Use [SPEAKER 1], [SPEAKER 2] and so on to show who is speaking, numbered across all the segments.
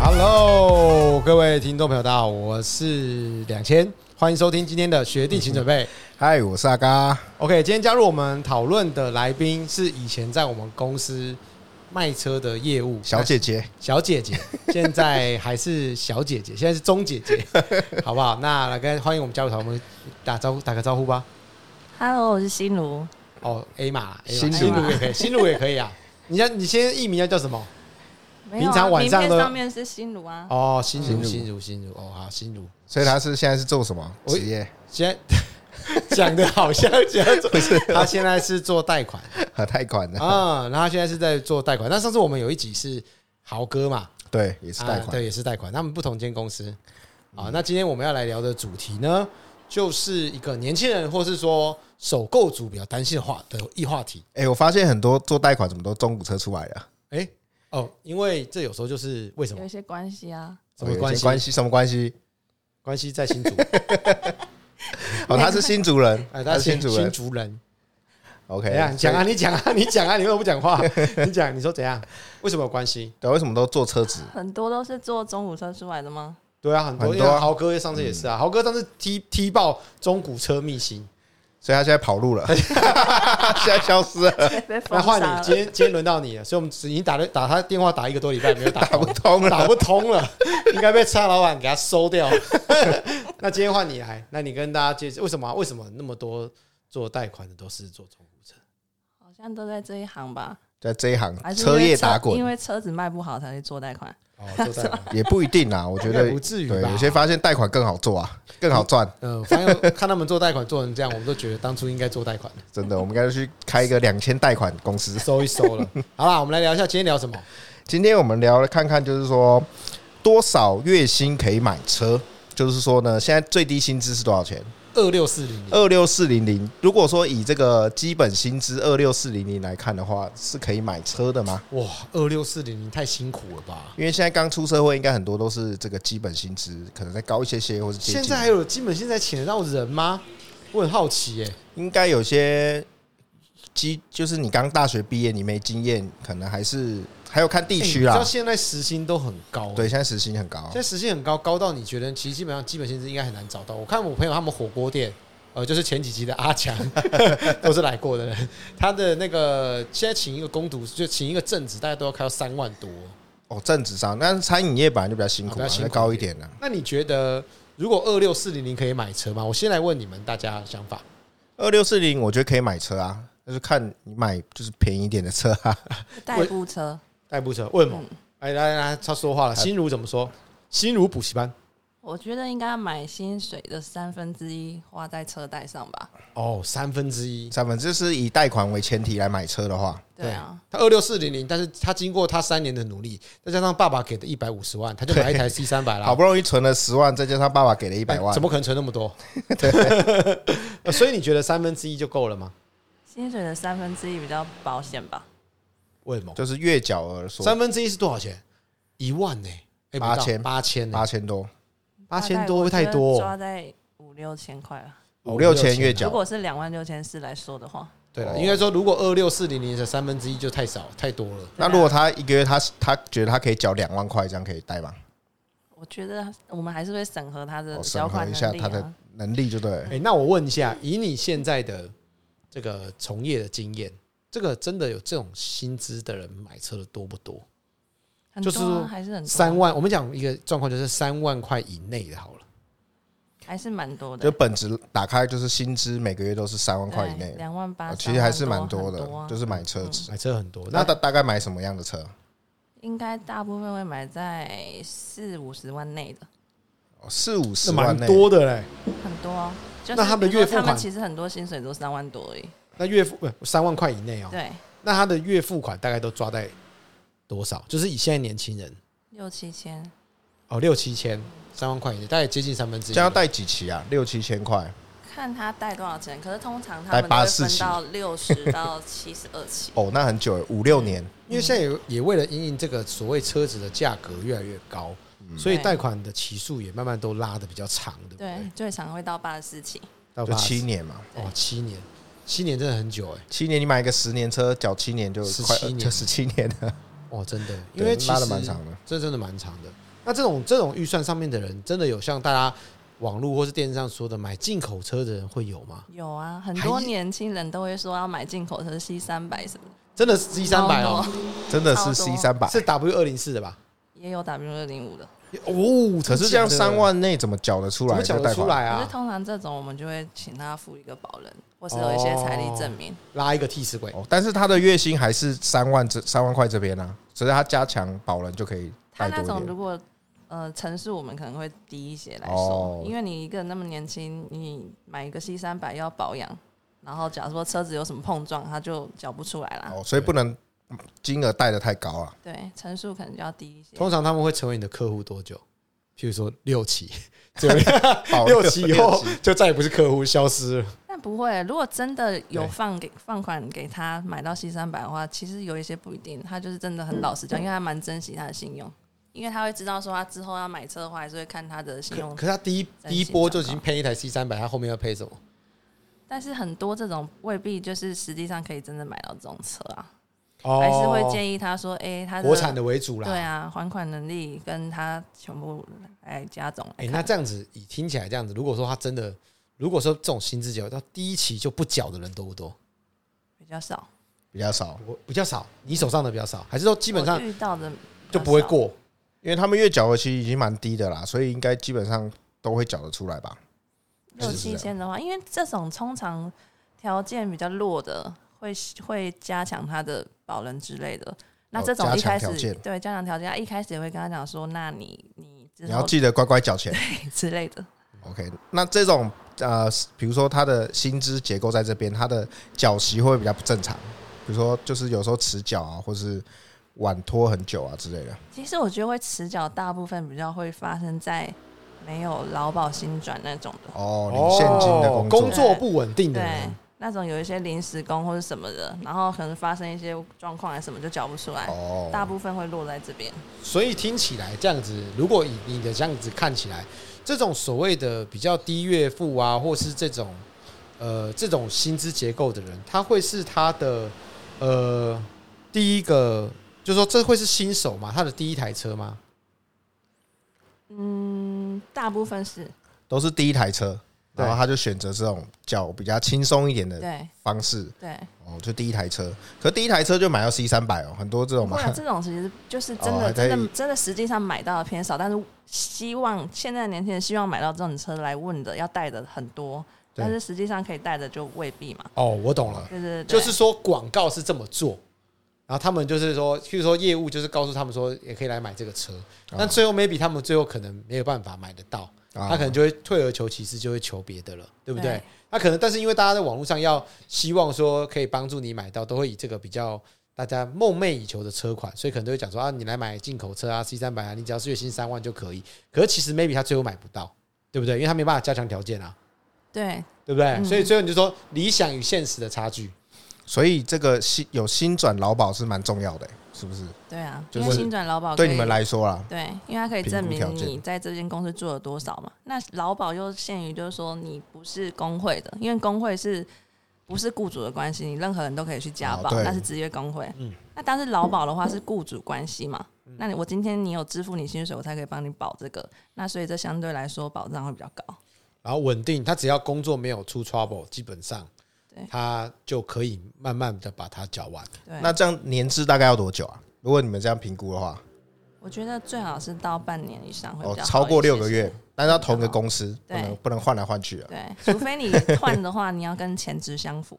[SPEAKER 1] Hello，各位听众朋友，大家好，我是两千，欢迎收听今天的学弟请准备。
[SPEAKER 2] 嗨，我是阿嘎。
[SPEAKER 1] OK，今天加入我们讨论的来宾是以前在我们公司卖车的业务哎
[SPEAKER 2] 小姐姐，
[SPEAKER 1] 小姐姐，现在还是小姐姐，现在是钟姐姐，好不好？那来跟欢迎我们加入讨论，我们打招呼打个招呼吧。
[SPEAKER 3] Hello，我是心如，
[SPEAKER 1] 哦，A 码，A
[SPEAKER 2] 新
[SPEAKER 1] 码，
[SPEAKER 2] 竹
[SPEAKER 1] 新路也可以，新路也可以啊。你像你先艺名要叫什么？
[SPEAKER 3] 没有
[SPEAKER 1] 平
[SPEAKER 3] 啊
[SPEAKER 1] 常晚上
[SPEAKER 3] 名
[SPEAKER 1] 呢
[SPEAKER 3] 片上面是心如啊，
[SPEAKER 1] 哦，新
[SPEAKER 2] 新
[SPEAKER 1] 如，
[SPEAKER 2] 竹
[SPEAKER 1] 新如，新如，哦，好，新如。
[SPEAKER 2] 所以她是现在是做什么
[SPEAKER 1] 我
[SPEAKER 2] 职业？
[SPEAKER 1] 现在 讲的好像讲做， 他现在是做贷款
[SPEAKER 2] 和贷款的，
[SPEAKER 1] 啊，然后他现在是在做贷款。那上次我们有一集是豪哥嘛，
[SPEAKER 2] 对，也是贷
[SPEAKER 1] 啊
[SPEAKER 2] 款。
[SPEAKER 1] 对，也是贷款，他们不同间公司。啊，那今天我们要来聊的主题呢，就是一个年轻人或是说首购族比较担心的话的一话题。
[SPEAKER 2] 哎，我发现很多做贷款怎么都中古车出来啊了，
[SPEAKER 1] 哎、哦，因为这有时候就是为什么
[SPEAKER 3] 有一些关系啊，
[SPEAKER 1] 什么
[SPEAKER 2] 哦有一些
[SPEAKER 1] 关系
[SPEAKER 2] 关系什么关系？
[SPEAKER 1] 关系在新 竹，
[SPEAKER 2] 哦，他是新族人，
[SPEAKER 1] 哎，
[SPEAKER 2] 他
[SPEAKER 1] 他
[SPEAKER 2] 是
[SPEAKER 1] 是
[SPEAKER 2] 新族
[SPEAKER 1] 新
[SPEAKER 2] 人。
[SPEAKER 1] 竹人。
[SPEAKER 2] OK，
[SPEAKER 1] 怎样？你
[SPEAKER 2] 所以
[SPEAKER 1] 讲啊，你讲啊，你讲啊，你为什么不讲 话？你讲，你说怎样？为什么有关系？
[SPEAKER 2] 对，为什么都做车子？
[SPEAKER 3] 很多都是坐中午车出来 的吗？
[SPEAKER 1] 对啊，很多。
[SPEAKER 2] 很
[SPEAKER 1] 因
[SPEAKER 2] 多啊嗯
[SPEAKER 1] 为豪哥上次也是啊，豪哥上次踢踢爆中古车秘辛。
[SPEAKER 2] 所以他现在跑路了， 现在消失了，
[SPEAKER 3] 被封
[SPEAKER 1] 那换
[SPEAKER 3] 杀
[SPEAKER 1] 你，
[SPEAKER 3] 了
[SPEAKER 1] 今，天今天轮到你了，所以我们已经打了打他电话打一个多礼拜没有打
[SPEAKER 2] 打
[SPEAKER 1] 通
[SPEAKER 2] 不，通了。
[SPEAKER 1] 打不通了， 应该被蔡老板给他收掉。 那今天换你来，那你跟大家介绍为什么啊为什么那么多做贷款的都是做中 古车？
[SPEAKER 3] 好像都在这一行吧？
[SPEAKER 2] 在这一行
[SPEAKER 3] 还，是因
[SPEAKER 2] 车
[SPEAKER 3] 为
[SPEAKER 2] 业打
[SPEAKER 3] 因
[SPEAKER 2] 滚
[SPEAKER 3] 为车子卖不好才去做贷款。
[SPEAKER 1] 哦，做贷款。
[SPEAKER 2] 也不一定啊，我觉
[SPEAKER 1] 应该
[SPEAKER 2] 得
[SPEAKER 1] 不至于吧
[SPEAKER 2] 对，有些发现贷款更好做啊，更好赚。
[SPEAKER 1] 呃，反正看他们做贷款做成这样，我们都觉得当初应该做贷款 的，
[SPEAKER 2] 真的，我们应该去开一个两千贷款公司。
[SPEAKER 1] 收一收了。好啦，我们来聊一下今天聊什么。
[SPEAKER 2] 今天我们聊了看看，就是说多少月薪可以买车？就是说呢，现在最低薪资是多少钱？
[SPEAKER 1] 二六四零零，
[SPEAKER 2] 二六四零零。如果说以这个基本薪资二六四零零来看的话，是可以买车的吗？
[SPEAKER 1] 哇，二六四零零太辛苦了吧？
[SPEAKER 2] 因为现在刚出社会，应该很多都是这个基本薪资，可能再高一些些，或是接近
[SPEAKER 1] 现在还有基本现在请得到人吗？我很好奇耶、
[SPEAKER 2] 应该有些基，就是你刚大学毕业，你没经验，可能还是还有看地区
[SPEAKER 1] 欸你知道
[SPEAKER 2] 啦。
[SPEAKER 1] 现在时薪都很高、
[SPEAKER 2] 对，，现在时薪很高啊
[SPEAKER 1] 现在，时薪很高，高到你觉得其实基本上基本薪资应该很难找到。我看我朋友他们火锅店，呃，就是前几集的阿强 都是来过的人，他的那个现在请一个工读，就请一个正职，大概都要开到三万多。
[SPEAKER 2] 哦，正职上，但是餐饮业本来就比较辛
[SPEAKER 1] 啊
[SPEAKER 2] 苦
[SPEAKER 1] 比较
[SPEAKER 2] 啊，
[SPEAKER 1] 辛
[SPEAKER 2] 再
[SPEAKER 1] 苦
[SPEAKER 2] 高
[SPEAKER 1] 一
[SPEAKER 2] 一点呢。
[SPEAKER 1] 那你觉得如果二六四零零可以买车吗？我先来问你们大家的想法。
[SPEAKER 2] 二六四零，我觉得可以买车啊，就是看你买就是便宜一点的车啊。
[SPEAKER 3] 代步车，
[SPEAKER 1] 代步车为什么？哎、来来来，他说话了。心如怎么说？心如补习班。
[SPEAKER 3] 我觉得应该买薪水的三分之一花在车贷上吧。
[SPEAKER 1] 哦，三分之一。
[SPEAKER 2] 咱们就是以贷款为前提来买车的话，
[SPEAKER 3] 对啊，
[SPEAKER 1] 他二六四零零，但是他经过他三年的努力，再加上爸爸给的一百五十万，他就买一台 C 三百啦。
[SPEAKER 2] 好不容易存了十万，再加上爸爸给了一
[SPEAKER 1] 一
[SPEAKER 2] 百万
[SPEAKER 1] 啊哎怎，么可能存那么多？对， 所以你觉得三分之一就够了吗？
[SPEAKER 3] 薪水的三分之一比较保险吧。
[SPEAKER 1] 为什么？
[SPEAKER 2] 就是月缴额说
[SPEAKER 1] 三分之一是多少钱？一万呢、欸？
[SPEAKER 2] 八千
[SPEAKER 1] 八千呢
[SPEAKER 2] 八？千多，
[SPEAKER 1] 八千多会太多
[SPEAKER 3] 大概我觉得抓
[SPEAKER 1] 哦，
[SPEAKER 3] 在五六千块了。
[SPEAKER 2] 五六千月
[SPEAKER 3] 如
[SPEAKER 2] 缴。
[SPEAKER 3] 果是两万六千啊四来说的话，
[SPEAKER 1] 对了，
[SPEAKER 2] 哦
[SPEAKER 1] 应该说如果二六四零零的三分之一就太少太多了。
[SPEAKER 2] 那如果他一个月他他觉得他可以缴两万块，这样可以贷吗？
[SPEAKER 3] 我觉得我们还是会审核他的
[SPEAKER 1] 哦
[SPEAKER 2] 我审
[SPEAKER 3] 缴
[SPEAKER 2] 核
[SPEAKER 3] 款
[SPEAKER 2] 一
[SPEAKER 3] 呃能
[SPEAKER 2] 下
[SPEAKER 3] 力
[SPEAKER 2] 他的
[SPEAKER 3] 啊。
[SPEAKER 2] 能力就对了
[SPEAKER 1] 哎、。那我问一下，以你现在的这个从业的经验，这个真的有这种薪资的人买车的多不多？
[SPEAKER 3] 很
[SPEAKER 1] 就
[SPEAKER 3] 多
[SPEAKER 1] 是
[SPEAKER 3] 啊
[SPEAKER 1] 说
[SPEAKER 3] 还是很多啊
[SPEAKER 1] 三万，我们讲一个状况就是三万块以内的好了。
[SPEAKER 3] 还是蛮多
[SPEAKER 2] 就
[SPEAKER 3] 的，
[SPEAKER 2] 本职打开就是薪资每个月都是三万块以内，哦
[SPEAKER 3] 两万
[SPEAKER 1] 啊
[SPEAKER 3] 八，
[SPEAKER 2] 其实还是蛮
[SPEAKER 3] 多啊
[SPEAKER 2] 多的，就是是买车子。
[SPEAKER 1] 买车很多，
[SPEAKER 2] 那
[SPEAKER 1] 那
[SPEAKER 2] 大大概买什么样的车？
[SPEAKER 3] 应该大部分会买在四五十万内的，
[SPEAKER 2] 哦四五十
[SPEAKER 1] 那
[SPEAKER 2] 万
[SPEAKER 1] 蛮
[SPEAKER 2] 内，
[SPEAKER 1] 多的嘞。
[SPEAKER 3] 很多啊。就是
[SPEAKER 1] 那他们的月付
[SPEAKER 3] 比如说他
[SPEAKER 1] 款
[SPEAKER 3] 们其实很多薪水都三万多而已，
[SPEAKER 1] 那月付不三万块以内哦，
[SPEAKER 3] 对，
[SPEAKER 1] 那他的月付款大概都抓在多少？就是以现在年轻人
[SPEAKER 3] 六七千，
[SPEAKER 1] 哦，六七千，三万块以内，大概接近三分之一。
[SPEAKER 2] 这样要贷几期啊？六七千块。
[SPEAKER 3] 看他贷多少钱。可是通常他
[SPEAKER 2] 贷
[SPEAKER 3] 们都会
[SPEAKER 2] 84
[SPEAKER 3] 分
[SPEAKER 2] 期，
[SPEAKER 3] 到六十到七十二期
[SPEAKER 2] 哦，那很久了，五六年。
[SPEAKER 1] 因为现在也也为了因应这个所谓车子的价格越来越高，所以
[SPEAKER 3] 对
[SPEAKER 1] 贷款的期数也慢慢都拉的比较长，对不
[SPEAKER 3] 对
[SPEAKER 1] 对？，
[SPEAKER 3] 最常会到八十四期。
[SPEAKER 1] 到
[SPEAKER 2] 就
[SPEAKER 1] 八
[SPEAKER 2] 七年嘛，
[SPEAKER 1] 哦，七年，七年真的很久哎、
[SPEAKER 2] 七年你买一个十年车，缴七年就
[SPEAKER 1] 17
[SPEAKER 2] 快
[SPEAKER 1] 年
[SPEAKER 2] 就十七年了，
[SPEAKER 1] 哦，真的，因
[SPEAKER 2] 对
[SPEAKER 1] 为其
[SPEAKER 2] 拉的
[SPEAKER 1] 实
[SPEAKER 2] 蛮长的。
[SPEAKER 1] 这真的蛮长的。那这种这种预算上面的人，真的有像大家网络或是电视上说的买进口车的人会有吗？
[SPEAKER 3] 有啊，很多
[SPEAKER 1] 还
[SPEAKER 3] 年轻人都会说要买进口车 C 三百什么的，
[SPEAKER 1] 真的是 G 三百
[SPEAKER 3] 超
[SPEAKER 1] 哦，
[SPEAKER 3] 多
[SPEAKER 2] 真的
[SPEAKER 3] 超
[SPEAKER 2] 是
[SPEAKER 3] 多
[SPEAKER 2] C 三百。
[SPEAKER 1] 是 W 二零四的吧？
[SPEAKER 3] 也有 W 二零五的。
[SPEAKER 1] 哦，
[SPEAKER 2] 可是这样三万内怎么缴得出
[SPEAKER 1] 怎
[SPEAKER 2] 来？
[SPEAKER 1] 么讲
[SPEAKER 2] 这
[SPEAKER 1] 得
[SPEAKER 2] 贷
[SPEAKER 1] 出
[SPEAKER 2] 款？
[SPEAKER 1] 来
[SPEAKER 3] 可是
[SPEAKER 1] 啊？
[SPEAKER 3] 通常这种我们就会请他付一个保人，或是有一些财力
[SPEAKER 1] 哦
[SPEAKER 3] 证明。
[SPEAKER 1] 拉一个替死鬼，
[SPEAKER 2] 哦，但是他的月薪还是三万这三万块这边啊，所以他加强保人就可以
[SPEAKER 3] 他
[SPEAKER 2] 贷
[SPEAKER 3] 那
[SPEAKER 2] 多
[SPEAKER 3] 种
[SPEAKER 2] 一点
[SPEAKER 3] 如。果呃层数我们可能会低一些来
[SPEAKER 2] 哦
[SPEAKER 3] 收，因为你一个人那么年轻，你买一个 C 三百要保养，然后假如说车子有什么碰撞，他就缴不出来啦。
[SPEAKER 2] 哦，所以不能金额贷的太高 啊。
[SPEAKER 3] 对，层数可能就要低一些。
[SPEAKER 1] 通常他们会成为你的客户多久？譬如说六期，只有
[SPEAKER 2] 保
[SPEAKER 1] 六期以后
[SPEAKER 2] 哦六期
[SPEAKER 1] 就再也不是客户，消失了。
[SPEAKER 3] 但不会，如果真的有
[SPEAKER 1] 对
[SPEAKER 3] 放给放款给他买到 C 三百的话，其实有一些不一定，他就是真的很老实讲，因为他蛮珍惜他的信用，因为他会知道说他之后要买车的话，还是会看他的信
[SPEAKER 2] 哦
[SPEAKER 3] 用
[SPEAKER 1] 可。是他第一
[SPEAKER 3] 真心
[SPEAKER 1] 第一波就已经配一台 C 三百，他后面要配什么？
[SPEAKER 3] 但是很多这种未必就是实际上可以真的买到这种车啊，
[SPEAKER 1] 哦
[SPEAKER 3] 还是会建议他说，哎、他
[SPEAKER 1] 国产的为主啦。
[SPEAKER 3] 对啊，还款能力跟他全部来加总来
[SPEAKER 1] 哎、
[SPEAKER 3] 看。
[SPEAKER 1] 那这样子，以听起来这样子，如果说他真的，如果说这种薪资结构到第一期就不缴的人多不多？
[SPEAKER 3] 比较少，
[SPEAKER 2] 比较少，
[SPEAKER 1] 我比较少，你手上的比较少，还是说基本
[SPEAKER 3] 我
[SPEAKER 1] 上
[SPEAKER 3] 遇到的
[SPEAKER 1] 就不会过？
[SPEAKER 2] 因为他们月缴的其实已经蛮低的啦，所以应该基本上都会缴得出来吧。
[SPEAKER 3] 六
[SPEAKER 2] 是
[SPEAKER 3] 七
[SPEAKER 2] 这
[SPEAKER 3] 千的话，因为这种通常条件比较弱的，会会加强他的保人之类的。
[SPEAKER 1] 哦
[SPEAKER 3] 那这种
[SPEAKER 2] 加
[SPEAKER 3] 一
[SPEAKER 2] 强
[SPEAKER 3] 开始、
[SPEAKER 2] 条件
[SPEAKER 3] 对加强条件，他啊一开始也会跟他讲说，那你你之
[SPEAKER 2] 你要
[SPEAKER 3] 后
[SPEAKER 2] 记得乖乖缴钱。
[SPEAKER 3] 之类的，
[SPEAKER 2] OK，那这种呃，比如说他的薪资结构在这边，他的缴息会不会比较不正常，比如说就是有时候迟缴啊，或是晚拖很久啊之类的。
[SPEAKER 3] 其实我觉得会迟缴，大部分比较会发生在没有劳保新转那种的，
[SPEAKER 2] 哦，领现金的
[SPEAKER 1] 哦
[SPEAKER 2] 工
[SPEAKER 1] 工
[SPEAKER 2] 作，
[SPEAKER 1] 作不稳定的
[SPEAKER 3] 对
[SPEAKER 1] 人，。
[SPEAKER 3] 那种有一些临时工或者什么的，然后可能发生一些状况啊什么就缴不出来，
[SPEAKER 2] 哦，
[SPEAKER 3] 大部分会落在这边。
[SPEAKER 1] 所以听起来这样子，如果以你的这样子看起来，这种所谓的比较低月付啊，或是这种呃这种薪资结构的人，他会是他的呃第一个，就是说这会是新手嘛，他的第一台车吗？
[SPEAKER 3] 嗯，大部分是
[SPEAKER 2] 都是第一台车，
[SPEAKER 1] 对
[SPEAKER 2] 然后他就选择这种缴比较轻松一点的
[SPEAKER 3] 对
[SPEAKER 2] 方式。
[SPEAKER 3] 对。
[SPEAKER 2] 哦，就第一台车，可第一台车就买到 C 三百哦，很多这种
[SPEAKER 3] 不
[SPEAKER 2] 嘛。
[SPEAKER 3] 然啊这种其实就是真
[SPEAKER 2] 哦
[SPEAKER 3] 的、
[SPEAKER 2] 还可以
[SPEAKER 3] 真的真的实际上买到的偏少，但是希望现在的年轻人希望买到这种车来问的要带的很多，
[SPEAKER 2] 对
[SPEAKER 3] 但是实际上可以带的就未必嘛，
[SPEAKER 1] 哦，我懂了，
[SPEAKER 3] 对对对，
[SPEAKER 1] 就是说广告是这么做。然后他们就是说，譬如说业务就是告诉他们说，也可以来买这个车，但最后 maybe 他们最后可能没有办法买得到，
[SPEAKER 2] 啊
[SPEAKER 1] 他可能就会退而求其次，就会求别的了，对不对
[SPEAKER 3] 对？
[SPEAKER 1] 那可能，但是因为大家在网络上要希望说可以帮助你买到，都会以这个比较大家梦寐以求的车款，所以可能都会讲说啊，你来买进口车啊，C 三百啊，你只要是月薪三万就可以。可是其实 maybe 他最后买不到，对不对？因为他没办法加强条件啊，
[SPEAKER 3] 对
[SPEAKER 1] 对不对？
[SPEAKER 3] 嗯
[SPEAKER 1] 所以最后你就说理想与现实的差距。
[SPEAKER 2] 所以这个新有新转劳保是蛮重要的，是不是？
[SPEAKER 3] 对啊，
[SPEAKER 2] 就是
[SPEAKER 3] 因为新转劳保
[SPEAKER 2] 对
[SPEAKER 3] 可以
[SPEAKER 2] 你们。来说啊啦，
[SPEAKER 3] 对，因为它可以
[SPEAKER 2] 评估
[SPEAKER 3] 证明
[SPEAKER 2] 条件
[SPEAKER 3] 你在这间公司做了多少嘛。那劳保又限于就是说你不是工会的，因为工会是不是雇主的关系，你任何人都可以去加
[SPEAKER 2] 哦
[SPEAKER 3] 保，
[SPEAKER 2] 对
[SPEAKER 3] 那是职业工会。
[SPEAKER 1] 嗯
[SPEAKER 3] 那但是劳保的话是雇主关系嘛，那你我今天你有支付你薪水，我才可以帮你保这个。那所以这相对来说保障会比较高。
[SPEAKER 1] 然后稳定，他只要工作没有出 trouble，基本上
[SPEAKER 3] 对
[SPEAKER 1] 他就可以慢慢的把它缴完。
[SPEAKER 3] 对，
[SPEAKER 2] 那这样年资大概要多久啊？如果你们这样评估的话，
[SPEAKER 3] 我觉得最好是到半年以上会
[SPEAKER 2] 哦
[SPEAKER 3] 比较，好
[SPEAKER 2] 超过
[SPEAKER 3] 一些
[SPEAKER 2] 六个月，但是要同一个公司，不
[SPEAKER 3] 对
[SPEAKER 2] 能不能换来换去啊。
[SPEAKER 3] 对，除非你换的话，你要跟前职相 符。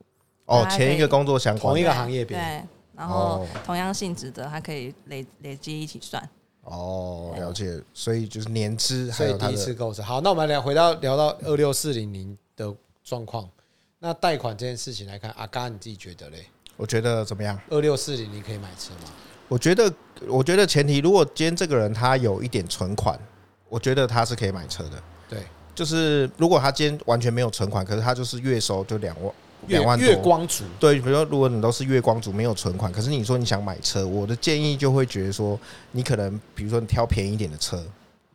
[SPEAKER 2] 哦，
[SPEAKER 3] 大家可以
[SPEAKER 2] 前一个工作相关
[SPEAKER 1] 同一
[SPEAKER 2] 的
[SPEAKER 1] 个行业别
[SPEAKER 3] 对，然后
[SPEAKER 2] 哦
[SPEAKER 3] 同样性质的，它可以累累积一起算。
[SPEAKER 2] 哦，了解。所以就是年资还
[SPEAKER 1] 所以
[SPEAKER 2] 有
[SPEAKER 1] 第
[SPEAKER 2] 他
[SPEAKER 1] 一次
[SPEAKER 2] 的
[SPEAKER 1] 购车，好，那我们来聊回到聊到二六四零零的状况。那贷款这件事情来看，阿嘎你自己觉得嘞？
[SPEAKER 2] 我觉得怎么样？
[SPEAKER 1] 二六四零零可以买车吗？
[SPEAKER 2] 我觉得，我觉得前提，如果今天这个人他有一点存款，我觉得他是可以买车的。
[SPEAKER 1] 对，
[SPEAKER 2] 就是如果他今天完全没有存款，可是他就是月收就两万
[SPEAKER 1] 月
[SPEAKER 2] 两万多
[SPEAKER 1] 月光族
[SPEAKER 2] 对，比如说，如果你都是月光族，没有存款，可是你说你想买车，我的建议就会觉得说，你可能比如说你挑便宜一点的车，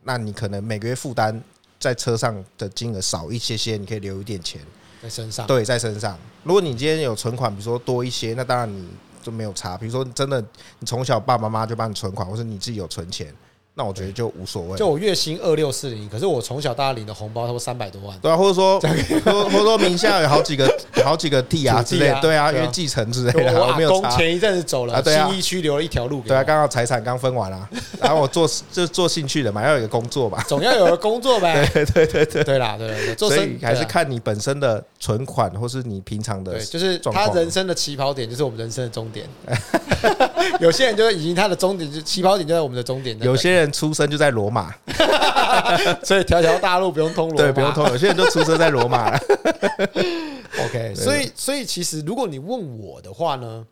[SPEAKER 2] 那你可能每个月负担在车上的金额少一些些，你可以留一点钱，
[SPEAKER 1] 在身上，
[SPEAKER 2] 对，在身上。如果你今天有存款，比如说多一些，那当然你就没有差。比如说，真的你从小爸爸妈妈就帮你存款，或者你自己有存钱，那我觉得就无所谓。
[SPEAKER 1] 就我月薪二六四零，可是我从小到大领的红包差不多三百多万，
[SPEAKER 2] 对啊，或者说，或或者说名下有好几个好几个地 啊之类
[SPEAKER 1] 土地啊
[SPEAKER 2] 的，对啊，因
[SPEAKER 1] 对啊
[SPEAKER 2] 为继承之类
[SPEAKER 1] 我
[SPEAKER 2] 的，
[SPEAKER 1] 我
[SPEAKER 2] 我
[SPEAKER 1] 阿
[SPEAKER 2] 没有
[SPEAKER 1] 公
[SPEAKER 2] 查。
[SPEAKER 1] 前一阵子走了，
[SPEAKER 2] 啊对啊
[SPEAKER 1] 新一区留了一条路给
[SPEAKER 2] 对啊，
[SPEAKER 1] 我，
[SPEAKER 2] 刚好财产刚分完 啊，然后我做就做兴趣的嘛，要有一个工作嘛，
[SPEAKER 1] 总要有个工作 呗。对对对对，对啦，对对对，做
[SPEAKER 2] 所
[SPEAKER 1] 生
[SPEAKER 2] 以还是
[SPEAKER 1] 对啊
[SPEAKER 2] 看你本身的存款或是你平常的
[SPEAKER 1] 对，就是
[SPEAKER 2] 状
[SPEAKER 1] 他
[SPEAKER 2] 况
[SPEAKER 1] 人生的起跑点就是我们人生的终点。 有些人就是已经他的终点，就起跑点就在我们的终点那边。
[SPEAKER 2] 有些人出生就在罗马，
[SPEAKER 1] 所以条条大路不用通罗马，
[SPEAKER 2] 对，不用偷。有些人就出生在罗马了。
[SPEAKER 1] OK，所以所以其实如果你问我的话呢，